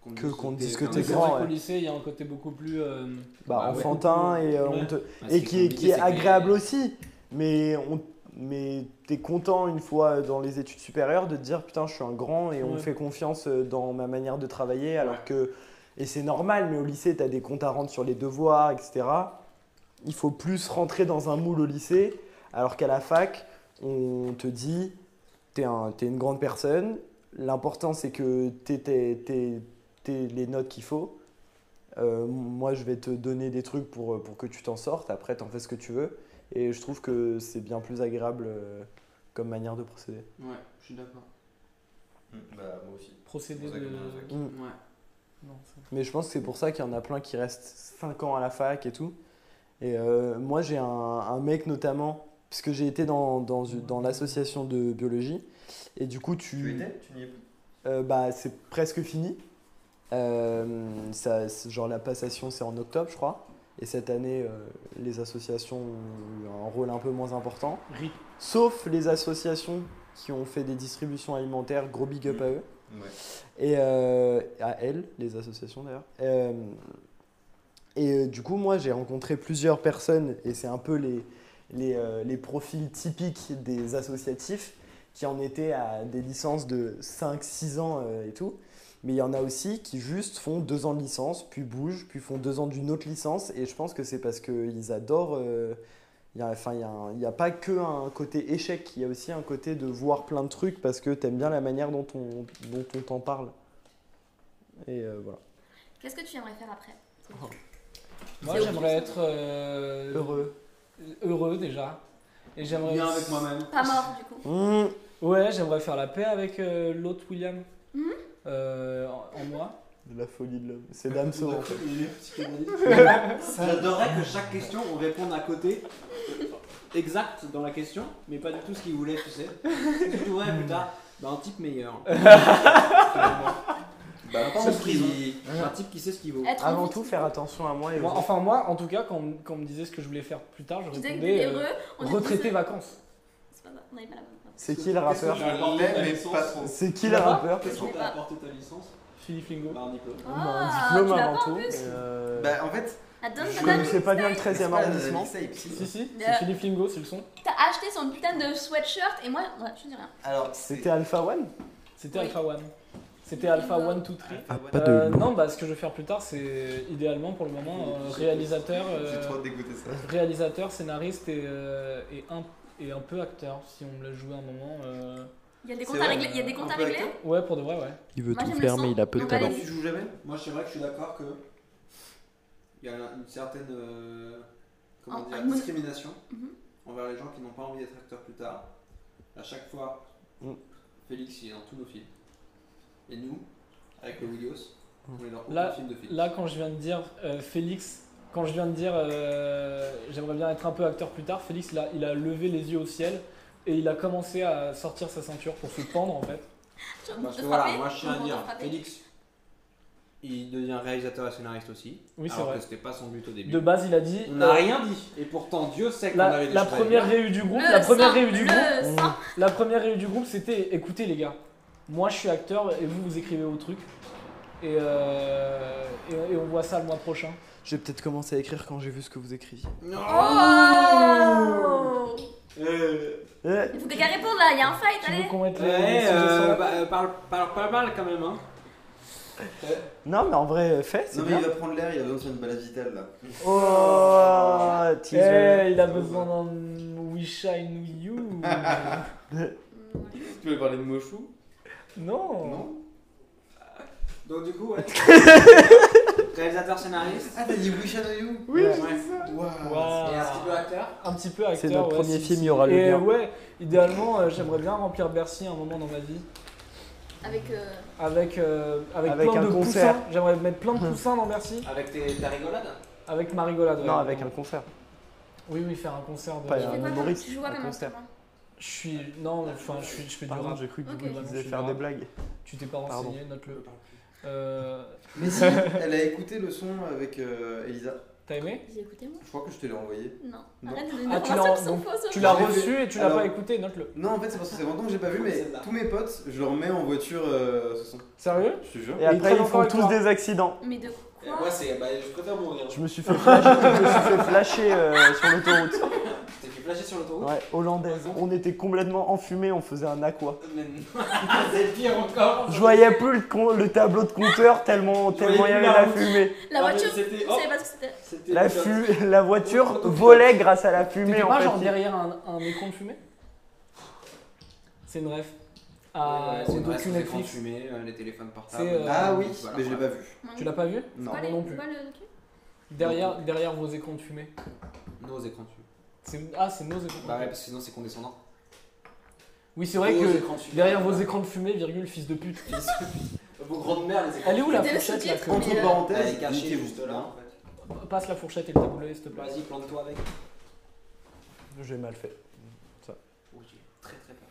S9: qu'on te
S11: Que qu'on te dise que
S9: t'es
S11: t'es
S5: C'est
S11: grand,
S5: vrai
S11: ouais.
S5: qu'au lycée, il y a un côté beaucoup plus. euh,
S11: bah,
S5: ouais.
S11: enfantin et, euh,
S5: Ouais.
S11: on te-
S9: Ah,
S11: et
S9: ce
S11: qui est,
S9: compliqué,
S11: qui est
S9: c'est que-
S11: agréable aussi. Mais on mais t'es content une fois dans les études supérieures de te dire putain je suis un grand et on
S5: Ouais.
S11: me fait confiance euh, dans ma manière de travailler alors que et c'est normal mais au lycée t'as des comptes à rendre sur les devoirs etc il faut plus rentrer dans un moule au lycée alors qu'à la fac on te dit t'es un, t'es une grande personne l'important c'est que t'aies t'aies- t'aies- t'aies les notes qu'il faut Euh, moi je vais te donner des trucs pour, pour que tu t'en sortes après t'en fais ce que tu veux et je trouve que c'est bien plus agréable euh, comme manière de procéder.
S9: Ouais, je suis d'accord.
S4: Bah, moi aussi.
S5: Procédé
S4: C'est pour ça que
S5: de- Hmm.
S4: dans la fac.
S11: Mm.
S9: Ouais.
S5: Non, c'est-
S11: Mais je pense que c'est pour ça qu'il y en a plein qui restent 5 ans à la fac et tout. Et euh, moi, j'ai un, un mec notamment, parce que j'ai été dans, dans, une- dans l'association de biologie. Et du coup, tu.
S4: Tu étais Tu n'y es plus
S11: Euh, bah, c'est presque fini. Euh, ça, c'est- genre la passation, c'est en octobre, je crois. Et cette année, euh, les associations ont eu un rôle un peu moins important.
S5: Rip.
S11: Sauf les associations qui ont fait des distributions alimentaires, gros big up à eux.
S4: Ouais.
S11: Et euh, à elles, les associations d'ailleurs. Euh, et euh, du coup, moi, j'ai rencontré plusieurs personnes, et c'est un peu les, les, euh, les profils typiques des associatifs qui en étaient à des licences de 5-6 ans euh, et tout. Mais il y en a aussi qui juste font deux ans de licence, puis bougent, puis font deux ans d'une autre licence. Et je pense que c'est parce qu'ils adorent. euh, il y a- Enfin, il y a un- il n'y a, pas que un côté échec, il y a aussi un côté de voir plein de trucs parce que t'aimes bien la manière dont on dont on t'en parle. Et euh, voilà.
S10: Qu'est-ce que tu aimerais faire après
S9: Oh.
S5: Moi, j'aimerais être. euh,
S11: Heureux.
S5: Heureux déjà. Et j'aimerais.
S9: Bien avec moi-même.
S10: Pas mort du coup.
S11: Mmh.
S5: Ouais, j'aimerais faire la paix avec euh, l'autre William.
S10: Mhm.
S5: Euh, en, en moi.
S11: De la folie de l'homme. C'est Dame en fait.
S9: J'adorerais que chaque question, on réponde à côté, exact dans la question, mais pas du tout ce qu'il voulait, tu sais. Tu trouverais plus tard, bah, un type meilleur. Finalement.
S5: Bah,
S13: pas en
S5: c'est ce
S13: prison.
S5: qui-
S9: Bah,
S13: Un type qui sait ce qu'il
S9: Euh,
S13: vaut.
S10: Être
S11: Avant tout, faire attention à moi et
S5: Moi,
S11: aux autres.
S5: enfin, moi, en tout cas, quand on, quand on me disait ce que je voulais faire plus tard, je
S10: disais que
S5: répondais
S10: t'étais heureux, on te
S5: euh, retraité
S10: disait-
S5: vacances.
S10: C'est pas mal, on n'avait pas la bonne.
S11: C'est qui le rappeur
S9: Qu'est-ce que tu as apporté ta licence
S11: C'est qui le rappeur
S9: Qu'est-ce que t'as apporté ta licence
S5: Philippe Lingo.
S9: Bah, un diplôme.
S10: Ah,
S11: diplôme
S10: tu l'as
S11: avant
S10: pas en
S11: tout.
S10: plus.
S11: et, euh,
S4: Bah en fait,
S10: Ah, donne-
S11: je
S10: donne une
S11: connaissais pas bien le
S10: mixtape.
S11: 13e
S4: pas la
S11: arrondissement.
S4: mixtape, si.
S5: Si, si,
S10: Euh,
S5: c'est Philippe Lingo, c'est le son.
S10: T'as acheté son putain de sweatshirt et moi, ouais, je dis rien.
S4: alors
S11: C'était Alpha One
S5: C'était
S10: Oui.
S5: Alpha One. C'était Alpha One 2 3.
S4: Ah,
S14: pas de
S5: Euh,
S14: logo.
S5: non, bah ce que je vais faire plus tard, c'est idéalement pour le moment euh, réalisateur, euh,
S4: j'ai trop dégoûté ça.
S5: réalisateur, scénariste et, euh, et un, et un peu acteur, si on me l'a joué un moment. euh.
S10: Il y a des
S4: C'est
S10: comptes à
S4: vrai,
S10: régler. Il y a des
S4: un
S10: comptes
S4: peu
S10: à régler.
S4: acteur.
S5: Ouais, pour de vrai, ouais.
S15: Il veut
S10: Moi,
S15: tout
S10: j'aime
S15: faire,
S10: le
S15: mais il a peu de
S10: son, on va
S15: talent.
S10: les-
S4: Tu joues jamais
S9: Moi, c'est vrai que je suis d'accord que il y a une certaine euh, comment
S10: Un-
S9: dire,
S10: un-
S9: discrimination
S10: Mhm.
S9: envers les gens qui n'ont pas envie d'être acteurs plus tard. À chaque fois,
S11: Mm.
S9: Félix il est dans tous nos films. Et nous, avec le Willios, on est dans aucun
S5: Mm. Là-
S9: film de Félix.
S5: Là, quand je viens de dire euh, Félix, quand je viens de dire euh, j'aimerais bien être un peu acteur plus tard, Félix, il a, il a levé les yeux au ciel et il a commencé à sortir sa ceinture pour se pendre en fait.
S10: J'ai envie de
S9: Parce
S10: te
S9: que voilà,
S10: frapper,
S9: moi je tiens
S10: j'ai
S9: à
S10: envie de
S9: dire,
S10: te frapper.
S9: Félix, il devient réalisateur et scénariste aussi.
S5: Oui, c'est
S9: alors
S5: vrai.
S9: que c'était pas son but au début.
S5: De base, il a dit.
S9: on n'a
S5: euh,
S9: rien dit. Et pourtant, Dieu sait qu'on
S5: La,
S9: avait des
S5: la
S9: choses à dire.
S5: première réu du groupe,
S10: Le
S5: la première Oh.
S10: sang,
S5: réu du
S10: le
S5: groupe,
S10: sang.
S5: la première réu du groupe, c'était écoutez les gars, moi je suis acteur et vous vous écrivez vos trucs et, euh, et- et on voit ça le mois prochain.
S11: J'ai peut-être commencé à écrire quand j'ai vu ce que vous écriviez.
S10: Oh
S9: Euh,
S11: Eh,
S10: Il faut que quelqu'un réponde là, il y a un fight,
S5: Tu veux
S10: allez
S5: qu'on mette les, les
S9: Ouais,
S5: sujets sur la
S9: euh,
S5: table
S9: bah, euh, parle, parle pas mal quand même, hein.
S11: Non, mais en vrai, fais, c'est
S4: Non mais
S11: bien.
S4: il va prendre l'air, il a besoin d'une balade vitale là.
S11: Oh,
S5: Eh,
S11: teaser.
S5: il a besoin d'un We Shine You.
S10: Mm,
S4: Tu veux parler de Mochou
S5: non.
S9: Donc, du coup, ouais. Réalisateur scénariste.
S4: Ah t'as dit Wish on You
S5: Oui,
S9: Ouais.
S5: Waouh.
S9: Et un petit peu acteur.
S5: Un petit peu acteur.
S11: C'est notre
S5: ouais,
S11: premier
S5: si,
S11: film,
S5: si.
S11: il y aura le
S5: Et
S11: lien.
S5: ouais, idéalement, euh, j'aimerais bien remplir Bercy un moment dans ma vie.
S10: Avec. euh,
S5: Avec, euh, avec,
S11: Avec
S5: plein
S11: un
S5: de
S11: concert.
S5: poussins. J'aimerais mettre plein de poussins dans Bercy.
S9: Avec tes, ta rigolade.
S5: Avec ma rigolade. ouais.
S11: Non, avec un concert.
S5: Oui, oui, faire un concert. De...
S11: Pas
S10: Tu
S11: un
S10: fais quoi comme
S11: humoriste,
S10: tu joues à
S11: un
S10: même
S11: concert.
S10: instrument
S5: Je suis. Non, enfin, je, suis- je fais du
S11: Pardon,
S5: rap.
S11: j'ai cru que
S10: Ok.
S11: vous
S5: Vraiment, je
S11: disiez
S5: suis
S11: faire
S5: grave.
S11: des blagues.
S5: Tu t'es pas
S11: Pardon.
S5: renseigné, note-le. Euh,
S4: Mais si, elle a écouté le son avec euh, Elisa.
S5: T'as aimé
S10: J'ai écouté moi
S4: Je crois que je te l'ai envoyé.
S10: Non.
S4: Non.
S10: Arrête de donner des
S5: Ah, tu
S10: informations
S5: l'as-
S10: qui sont
S5: donc,
S10: fausses.
S5: Tu l'as
S4: Je l'ai
S5: reçu et tu l'as
S4: Alors-
S5: pas écouté, note-le.
S4: Non en fait c'est parce que c'est longtemps que j'ai pas vu mais tous mes potes, je leur mets en voiture euh, ce son.
S5: Sérieux
S4: Je te jure.
S11: Et
S5: il traîne
S11: après, ils
S5: encore
S11: font
S5: avec
S11: tous
S5: toi.
S11: des accidents.
S10: Mais de
S9: Et moi,
S10: quoi
S9: c'est. Bah, je préfère mourir.
S11: Je me suis fait flasher, je me suis fait flasher euh, sur l'autoroute.
S9: T'es fait flasher sur l'autoroute
S11: Ouais, hollandaise. On était complètement enfumés, on faisait un aqua.
S9: Mais non. c'est pire encore.
S11: Je voyais plus le, con- le tableau de compteur tellement
S9: Je
S11: tellement il y
S9: voyais
S11: avait la
S9: plus la route.
S11: fumée.
S10: La
S9: Ah, mais
S10: voiture,
S9: c'était-
S10: je
S9: oh.
S10: savais pas ce que c'était.
S9: C'était
S11: La,
S9: pilote.
S11: fu- la voiture volait grâce à la
S5: T'étais
S11: fumée en
S5: pas
S11: fait.
S5: genre derrière un, un écran de fumée C'est une ref. Ah,
S9: Ouais,
S5: c'est
S9: on
S5: une
S9: reste
S5: docu
S9: aux écrans
S5: Netflix.
S9: fumés, euh, les téléphones portables.
S5: C'est, euh,
S4: Ah oui,
S9: voilà,
S4: mais je l'ai
S9: voilà.
S4: pas vu.
S10: Non.
S5: Tu l'as pas vu
S4: Non.
S10: Quoi, les-
S5: non plus.
S10: quoi, le truc
S5: derrière, derrière vos écrans de fumée.
S9: Nos écrans fumés.
S5: C'est- Ah, c'est nos écrans.
S9: Bah ouais, parce que sinon c'est condescendant.
S5: Oui, c'est vrai
S9: Nos
S5: que
S9: écrans fumés.
S5: derrière vos écrans de fumée, virgule, fils de pute.
S9: Vos grandes mères, les écrans.
S5: Elle est où la
S10: C'était le
S5: fourchette là
S10: sous-titre.
S5: que-
S10: Mais,
S4: Entre
S10: euh,
S9: Elle est
S4: parenthèses,
S9: cachée
S4: niquez-vous.
S9: juste là. en fait.
S5: Passe la fourchette et le taboulet, s'il te plaît.
S9: Vas-y, plante-toi avec.
S11: J'ai mal fait.
S9: Oh, j'ai très très peur.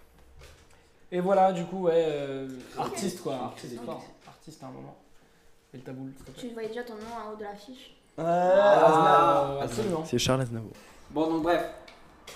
S5: Et voilà, du coup, ouais, euh, artiste quoi,
S9: Ok.
S5: artiste
S10: Ok.
S5: fort, artiste à un moment. Et le taboule, s'il te plaît.
S10: Tu voyais déjà ton nom en haut de l'affiche.
S11: Ouais,
S5: Ah, absolument.
S15: C'est Charles Aznavour.
S9: Bon, donc bref.
S11: Aznavour.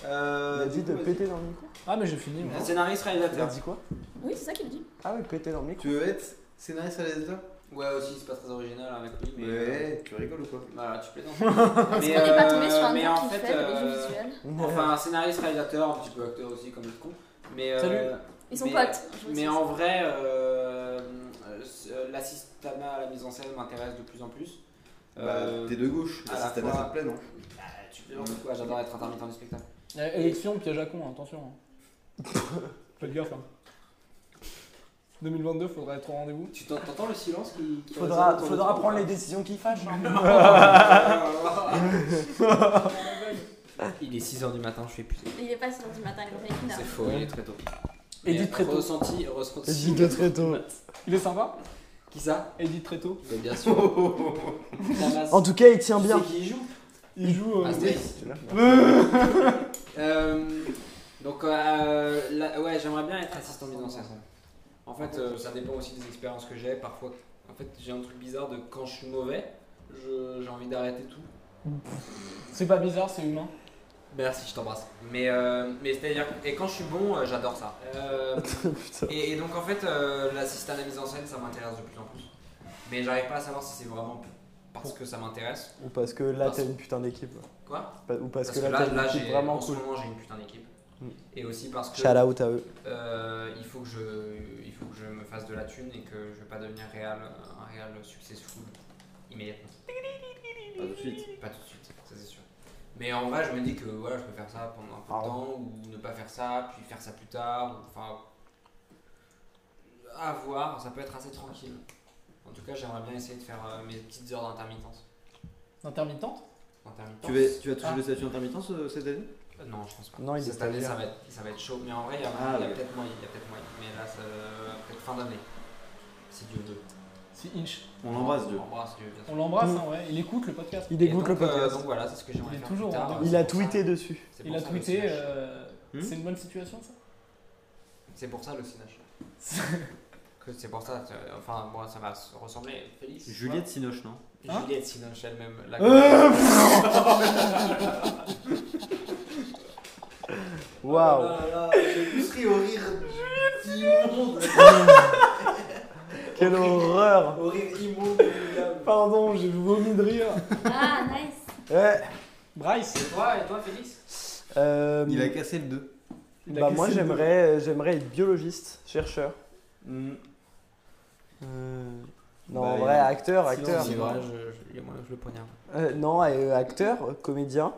S11: Il a
S9: Euh,
S11: dit
S9: du coup,
S11: de
S9: vas-y.
S11: péter dans le micro.
S5: Ah, mais j'ai fini, moi.
S9: Un Scénariste,
S11: Il a
S9: réalisateur.
S11: dit quoi
S10: Oui, c'est ça qu'il me dit.
S11: Ah oui, péter dans le micro.
S4: Tu veux être scénariste à la SDA
S9: Ouais, aussi, c'est pas très original avec lui, mais. euh,
S4: Ouais, tu rigoles ou quoi
S9: Voilà, tu plaisantes.
S10: Est-ce
S9: Mais,
S10: qu'on n'est pas tombé
S9: euh,
S10: sur un
S9: mais
S10: nom
S9: en
S10: qui
S9: fait,
S10: fait des
S9: euh,
S10: jeux visuels
S9: Enfin, scénariste, réalisateur, un petit peu acteur aussi, comme le con. Mais, euh,
S5: Salut.
S10: Ils sont
S9: mais-
S10: potes. je vous
S9: Mais
S10: dis.
S9: en vrai, euh, euh, l'assistanat à la mise en scène m'intéresse de plus en plus. Euh,
S4: Bah, t'es de gauche,
S9: à la
S4: si t'as la hein.
S9: fois-
S4: ça te plaît, non
S9: bah, tu plaisantes quoi J'adore être intermittent du spectacle.
S5: Euh, Élection, piège à con, hein, attention. hein. Faites gaffe. Hein. 2022, faudrait être au rendez-vous.
S9: Tu t'en- t'entends le silence qui. qui
S11: Faudra,
S9: résonne autour de
S11: faudra
S9: toi
S11: prendre les décisions qui fâchent. hein.
S9: Il est 6h du matin, je suis épuisé.
S10: Il est pas 6h du matin, il est une heure.
S9: C'est faux, il est très tôt.
S5: Edith
S9: Mais
S5: Tréto.
S9: Ressenti, ressenti.
S11: Edith de Tréto.
S5: Il est sympa
S9: Qui ça
S5: Edith Tréto.
S9: Mais Bien sûr. Damas.
S11: En tout cas, il tient
S9: Tu
S11: bien.
S9: sais qui y joue
S5: Il joue.
S11: Ah,
S5: euh,
S9: Astérix. Euh, donc, euh, là- ouais, j'aimerais bien être assistant mise en scène. En fait, euh, ça dépend aussi des expériences que j'ai. Parfois, En fait, j'ai un truc bizarre de quand je suis mauvais, je- j'ai envie d'arrêter tout.
S5: C'est pas bizarre, c'est humain.
S9: Merci, je t'embrasse. Mais, euh, mais c'est-à-dire, et quand je suis bon, euh, j'adore ça. Euh, et, et donc en fait, euh, la système à la mise en scène, ça m'intéresse de plus en plus. Mais j'arrive pas à savoir si c'est vraiment parce que ça m'intéresse.
S11: Ou parce que là, t'as une putain d'équipe.
S9: Quoi
S11: Pas- Ou parce, que, là,
S9: là,
S11: t'as
S9: là,
S11: une équipe
S9: j'ai-
S11: vraiment
S9: en ce
S11: cool.
S9: moment, j'ai une putain d'équipe.
S11: Mm.
S9: Et aussi parce que.
S11: Shout out à eux.
S9: euh, il, faut que je, il faut que je me fasse de la thune et que je vais pas devenir réel, un réel successful immédiatement. Pas tout de suite. Pas tout de suite, ça c'est sûr. Mais en vrai, je me dis que voilà, je peux faire ça pendant un
S11: Ah
S9: peu de temps ou ne pas faire ça, puis faire ça plus tard. ou- Enfin, à voir, ça peut être assez tranquille. En tout cas, j'aimerais bien essayer de faire euh, mes petites heures d'intermittence.
S5: Intermittente
S9: Intermittence.
S4: Tu vas, tu vas toucher
S9: Ah.
S4: le statut intermittence euh, cette année
S9: Euh, Non, je pense pas.
S11: Non, il est
S9: Cette
S11: pas
S9: année,
S11: bien.
S9: ça va, être, ça va être chaud. Mais en vrai, il y a,
S4: Ah,
S9: il y a
S4: ouais.
S9: peut-être moyen. il y a peut-être moyen. Mais là, ça peut-être fin d'année. Si Dieu veut.
S5: Si Inch.
S4: On l'embrasse, Dieu.
S9: On l'embrasse Dieu, bien sûr.
S5: On l'embrasse, hein, ouais. Il écoute le podcast.
S11: Il écoute
S9: donc,
S11: le
S9: euh,
S11: podcast.
S9: donc voilà, c'est ce que j'aimerais
S5: Il est
S9: faire
S5: toujours
S9: plus
S5: en bas.
S9: tard.
S11: Il a tweeté dessus.
S9: C'est Ah, pour
S5: Il a
S9: ça, le
S5: tweeté.
S9: CH.
S5: euh, C'est une bonne situation, ça
S9: C'est pour ça le Sinoche. Que c'est pour ça, euh, enfin, moi, ça va se ressembler. Félix
S4: Juliette Sinoche, non
S9: Hein Juliette Sinoche elle-même. la-
S5: Ah
S4: Euh,
S11: Waouh.
S9: Ah, J'ai plus ri au rire du immonde.
S11: Quelle horreur.
S9: Au rire immonde.
S11: Pardon, j'ai vomi de rire.
S10: Ah, nice.
S11: Ouais.
S5: Bryce.
S9: Et toi, et toi, Félix
S11: Euh,
S4: Il a cassé le 2.
S5: Il a
S11: bah
S5: cassé
S11: moi
S5: le
S11: j'aimerais euh, j'aimerais être biologiste, chercheur.
S4: Hmm.
S11: Euh, non, en
S4: Bah,
S11: vrai
S4: il-
S11: acteur,
S4: sinon,
S11: acteur.
S4: il va-
S9: je, le poignarde.
S11: Euh, non, euh, acteur, euh, comédien.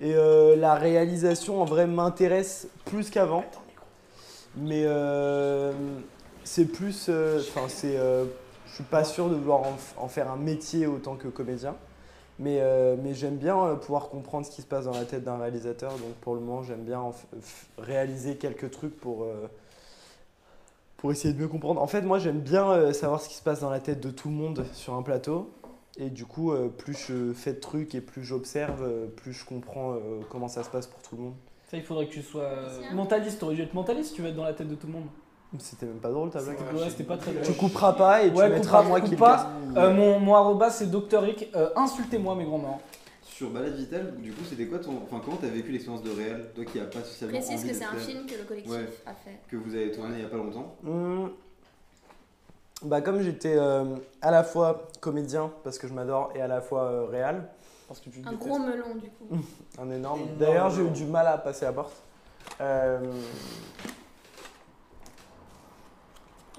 S11: Et euh, la réalisation en vrai m'intéresse plus qu'avant. Mais euh, c'est plus. euh, Enfin, c'est. euh, je suis pas sûr de vouloir en, f- en faire un métier autant que comédien. Mais, euh, mais j'aime bien euh, pouvoir comprendre ce qui se passe dans la tête d'un réalisateur. Donc pour le moment, j'aime bien en f- f- réaliser quelques trucs pour. euh, pour essayer de mieux comprendre. En fait, moi, j'aime bien euh, savoir ce qui se passe dans la tête de tout le monde sur un plateau. Et du coup, euh, plus je fais de trucs et plus j'observe, euh, plus je comprends euh, comment ça se passe pour tout le monde.
S5: Ça, il faudrait que tu sois euh, mentaliste. T'aurais dû être mentaliste, tu vas être dans la tête de tout le monde.
S11: C'était même pas drôle ta blague.
S5: Ouais, c'était pas très drôle.
S11: Tu couperas pas et tu
S5: Ouais,
S11: mettras
S5: coupe pas,
S11: moi
S5: coupe
S11: qui le
S5: pas.
S11: casse.
S5: Euh, mon, mon arroba, c'est Dr. Rick. Euh, Insultez-moi, mes grands-mères.
S4: Sur Balade Vitale, du coup, c'était quoi ton. Enfin, comment t'as vécu l'expérience de réel Toi qui a pas socialement.
S10: Précise
S4: envie
S10: que c'est
S4: d'être
S10: un
S4: réel.
S10: film que le collectif
S4: Ouais.
S10: a fait.
S4: Que vous avez tourné il y a pas longtemps.
S11: Mmh. Bah comme j'étais euh, à la fois comédien parce que je m'adore et à la fois euh, réal,
S5: Parce que tu
S10: Un gros melon, du coup.
S11: un énorme.
S5: Énorme.
S11: D'ailleurs j'ai eu du mal à passer la porte. Euh,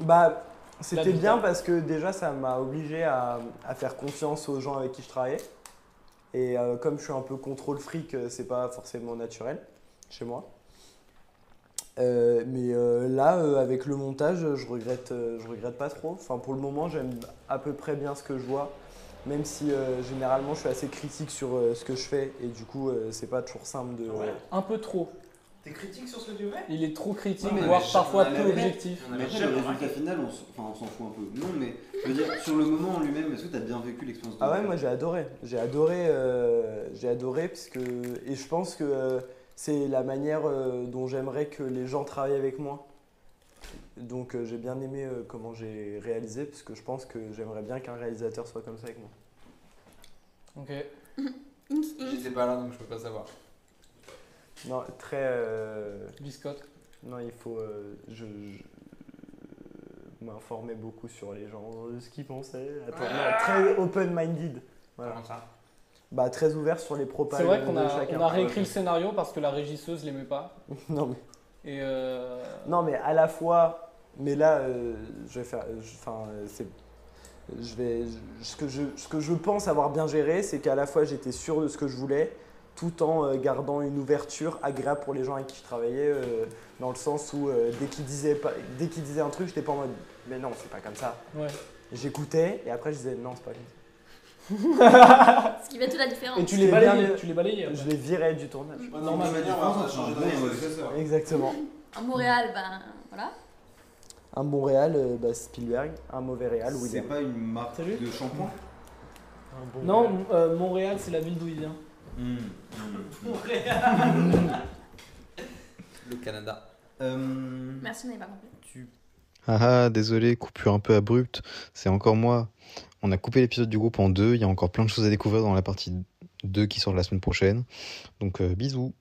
S11: Bah c'était
S5: L'habitat.
S11: bien parce que déjà ça m'a obligé à, à faire confiance aux gens avec qui je travaillais. Et euh, comme je suis un peu contrôle fric, euh, c'est pas forcément naturel chez moi. Euh, mais euh, là, euh, avec le montage, euh, je regrette, euh, je regrette pas trop. Enfin, pour le moment, j'aime à peu près bien ce que je vois, même si euh, généralement je suis assez critique sur euh, ce que je fais et du coup, euh, c'est pas toujours simple de.
S5: Un peu trop.
S9: T'es critique sur ce que tu fais
S5: Il est trop critique,
S4: Non, mais
S5: voire
S4: je-
S5: parfois
S4: on a
S5: peu
S4: la-
S5: objectif.
S9: On
S4: Mais
S9: avait
S4: après, le
S9: jamais
S4: résultat final, on s- enfin, on s'en fout un peu. Non, mais je veux dire, sur le moment en lui-même, est-ce que t'as bien vécu l'expérience de
S11: Ah ouais,
S4: réel
S11: moi j'ai adoré. J'ai adoré, euh, j'ai adoré parce que et je pense que euh, c'est la manière euh, dont j'aimerais que les gens travaillent avec moi. Donc euh, j'ai bien aimé euh, comment j'ai réalisé parce que je pense que j'aimerais bien qu'un réalisateur soit comme ça avec moi.
S5: Ok.
S10: Ah.
S9: J'étais pas là donc je peux pas savoir.
S11: Non, très. euh,
S5: Biscotte.
S11: non, il faut. euh, je je- m'informer beaucoup sur les gens, euh, ce qu'ils pensaient. Attends, non, très open-minded. Voilà.
S9: Comment ça
S11: Bah, très ouvert sur les propos
S5: C'est vrai qu'on
S11: de
S5: a,
S11: chacun.
S5: on a réécrit le scénario parce que la régisseuse l'aimait pas.
S11: non, mais...
S5: Et euh,
S11: Non, mais à la fois. Mais là, euh, je vais faire. euh, je- Enfin, euh, c'est. Je vais. je- ce, que je, ce que je pense avoir bien géré, c'est qu'à la fois j'étais sûr de ce que je voulais, tout en euh, gardant une ouverture agréable pour les gens avec qui je travaillais, euh, dans le sens où euh, dès qu'ils disaient pas, dès qu'ils disaient un truc, j'étais pas en mode. Mais non, c'est pas comme ça.
S5: Ouais.
S11: J'écoutais et après je disais non, c'est pas comme ça.
S10: Ce qui fait toute la différence.
S5: Et tu
S11: Ce
S5: les
S11: qui est
S5: balayais,
S11: bien-
S5: tu les balayais,
S11: Je
S5: ouais.
S11: les virais du tournage.
S5: Ouais, normal.
S4: la différence entre un bon et un mauvais
S2: successeur.
S11: Exactement.
S10: À Montréal, ben voilà.
S11: Un bon réal, euh, bah, Spielberg. Un mauvais réal,
S4: C'est
S11: William.
S4: pas une marque de shampoing
S5: Non, euh, Montréal, c'est la ville d'où il vient.
S4: Mmh.
S9: Le Canada.
S4: Euh, Euh,
S10: Merci, on n'avait pas compris.
S4: tu
S8: Ah ah, désolé, coupure un peu abrupte, c'est encore moi. On a coupé l'épisode du groupe en deux, il y a encore plein de choses à découvrir dans la partie 2 qui sort la semaine prochaine. Donc euh, bisous.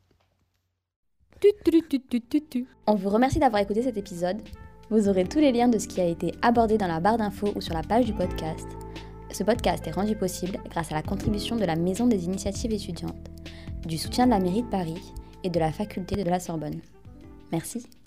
S4: On vous remercie d'avoir écouté cet épisode. Vous aurez tous les liens de ce qui a été abordé dans la barre d'infos ou sur la page du podcast. Ce podcast est rendu possible grâce à la contribution de la Maison des initiatives étudiantes, du soutien de la mairie de Paris et de la faculté de la Sorbonne. Merci.